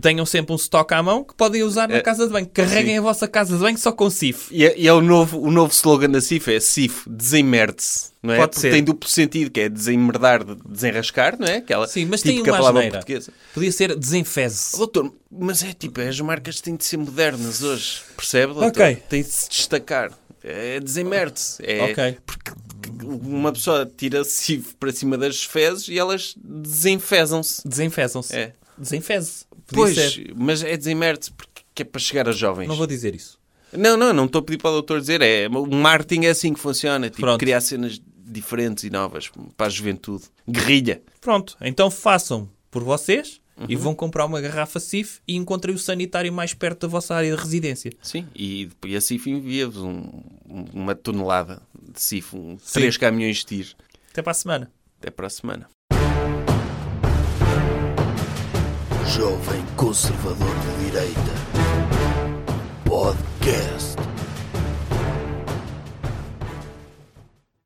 tenham sempre um estoque à mão que podem usar na Eh, casa de banho. Carreguem sim. a vossa casa de banho só com SIF. E é, e é o, novo, o novo slogan da CIF é CIF, desenmerde-se, não é? Pode Porque ser. tem duplo sentido, que é desenmerdar, de- desenrascar, não é? Aquela Sim, mas tem típica uma palavra asneira. portuguesa. Podia ser desenfeze. Doutor, mas é tipo, as marcas têm de ser modernas hoje, percebe, doutor? Ok. Tem de se destacar. É desenmerde-se. É Ok. Porque uma pessoa tira CIF para cima das fezes e elas desenfezam-se. Desenfezam-se. É. Desenfeze. Podia Pois, ser. mas é desenmerde-se porque que é para chegar a jovens. Não vou dizer isso. Não, não, não estou a pedir para o doutor dizer. É, o marketing é assim que funciona. Tipo, Pronto. criar cenas diferentes e novas para a juventude. Guerrilha. Pronto, então façam por vocês e vão comprar uma garrafa CIF e encontrem o sanitário mais perto da vossa área de residência. Sim. E, e a CIF envia-vos um- um- uma tonelada de CIF, um, três caminhões de tiro. Até para a semana. Até para a semana. jovem conservador de direita. Podcast.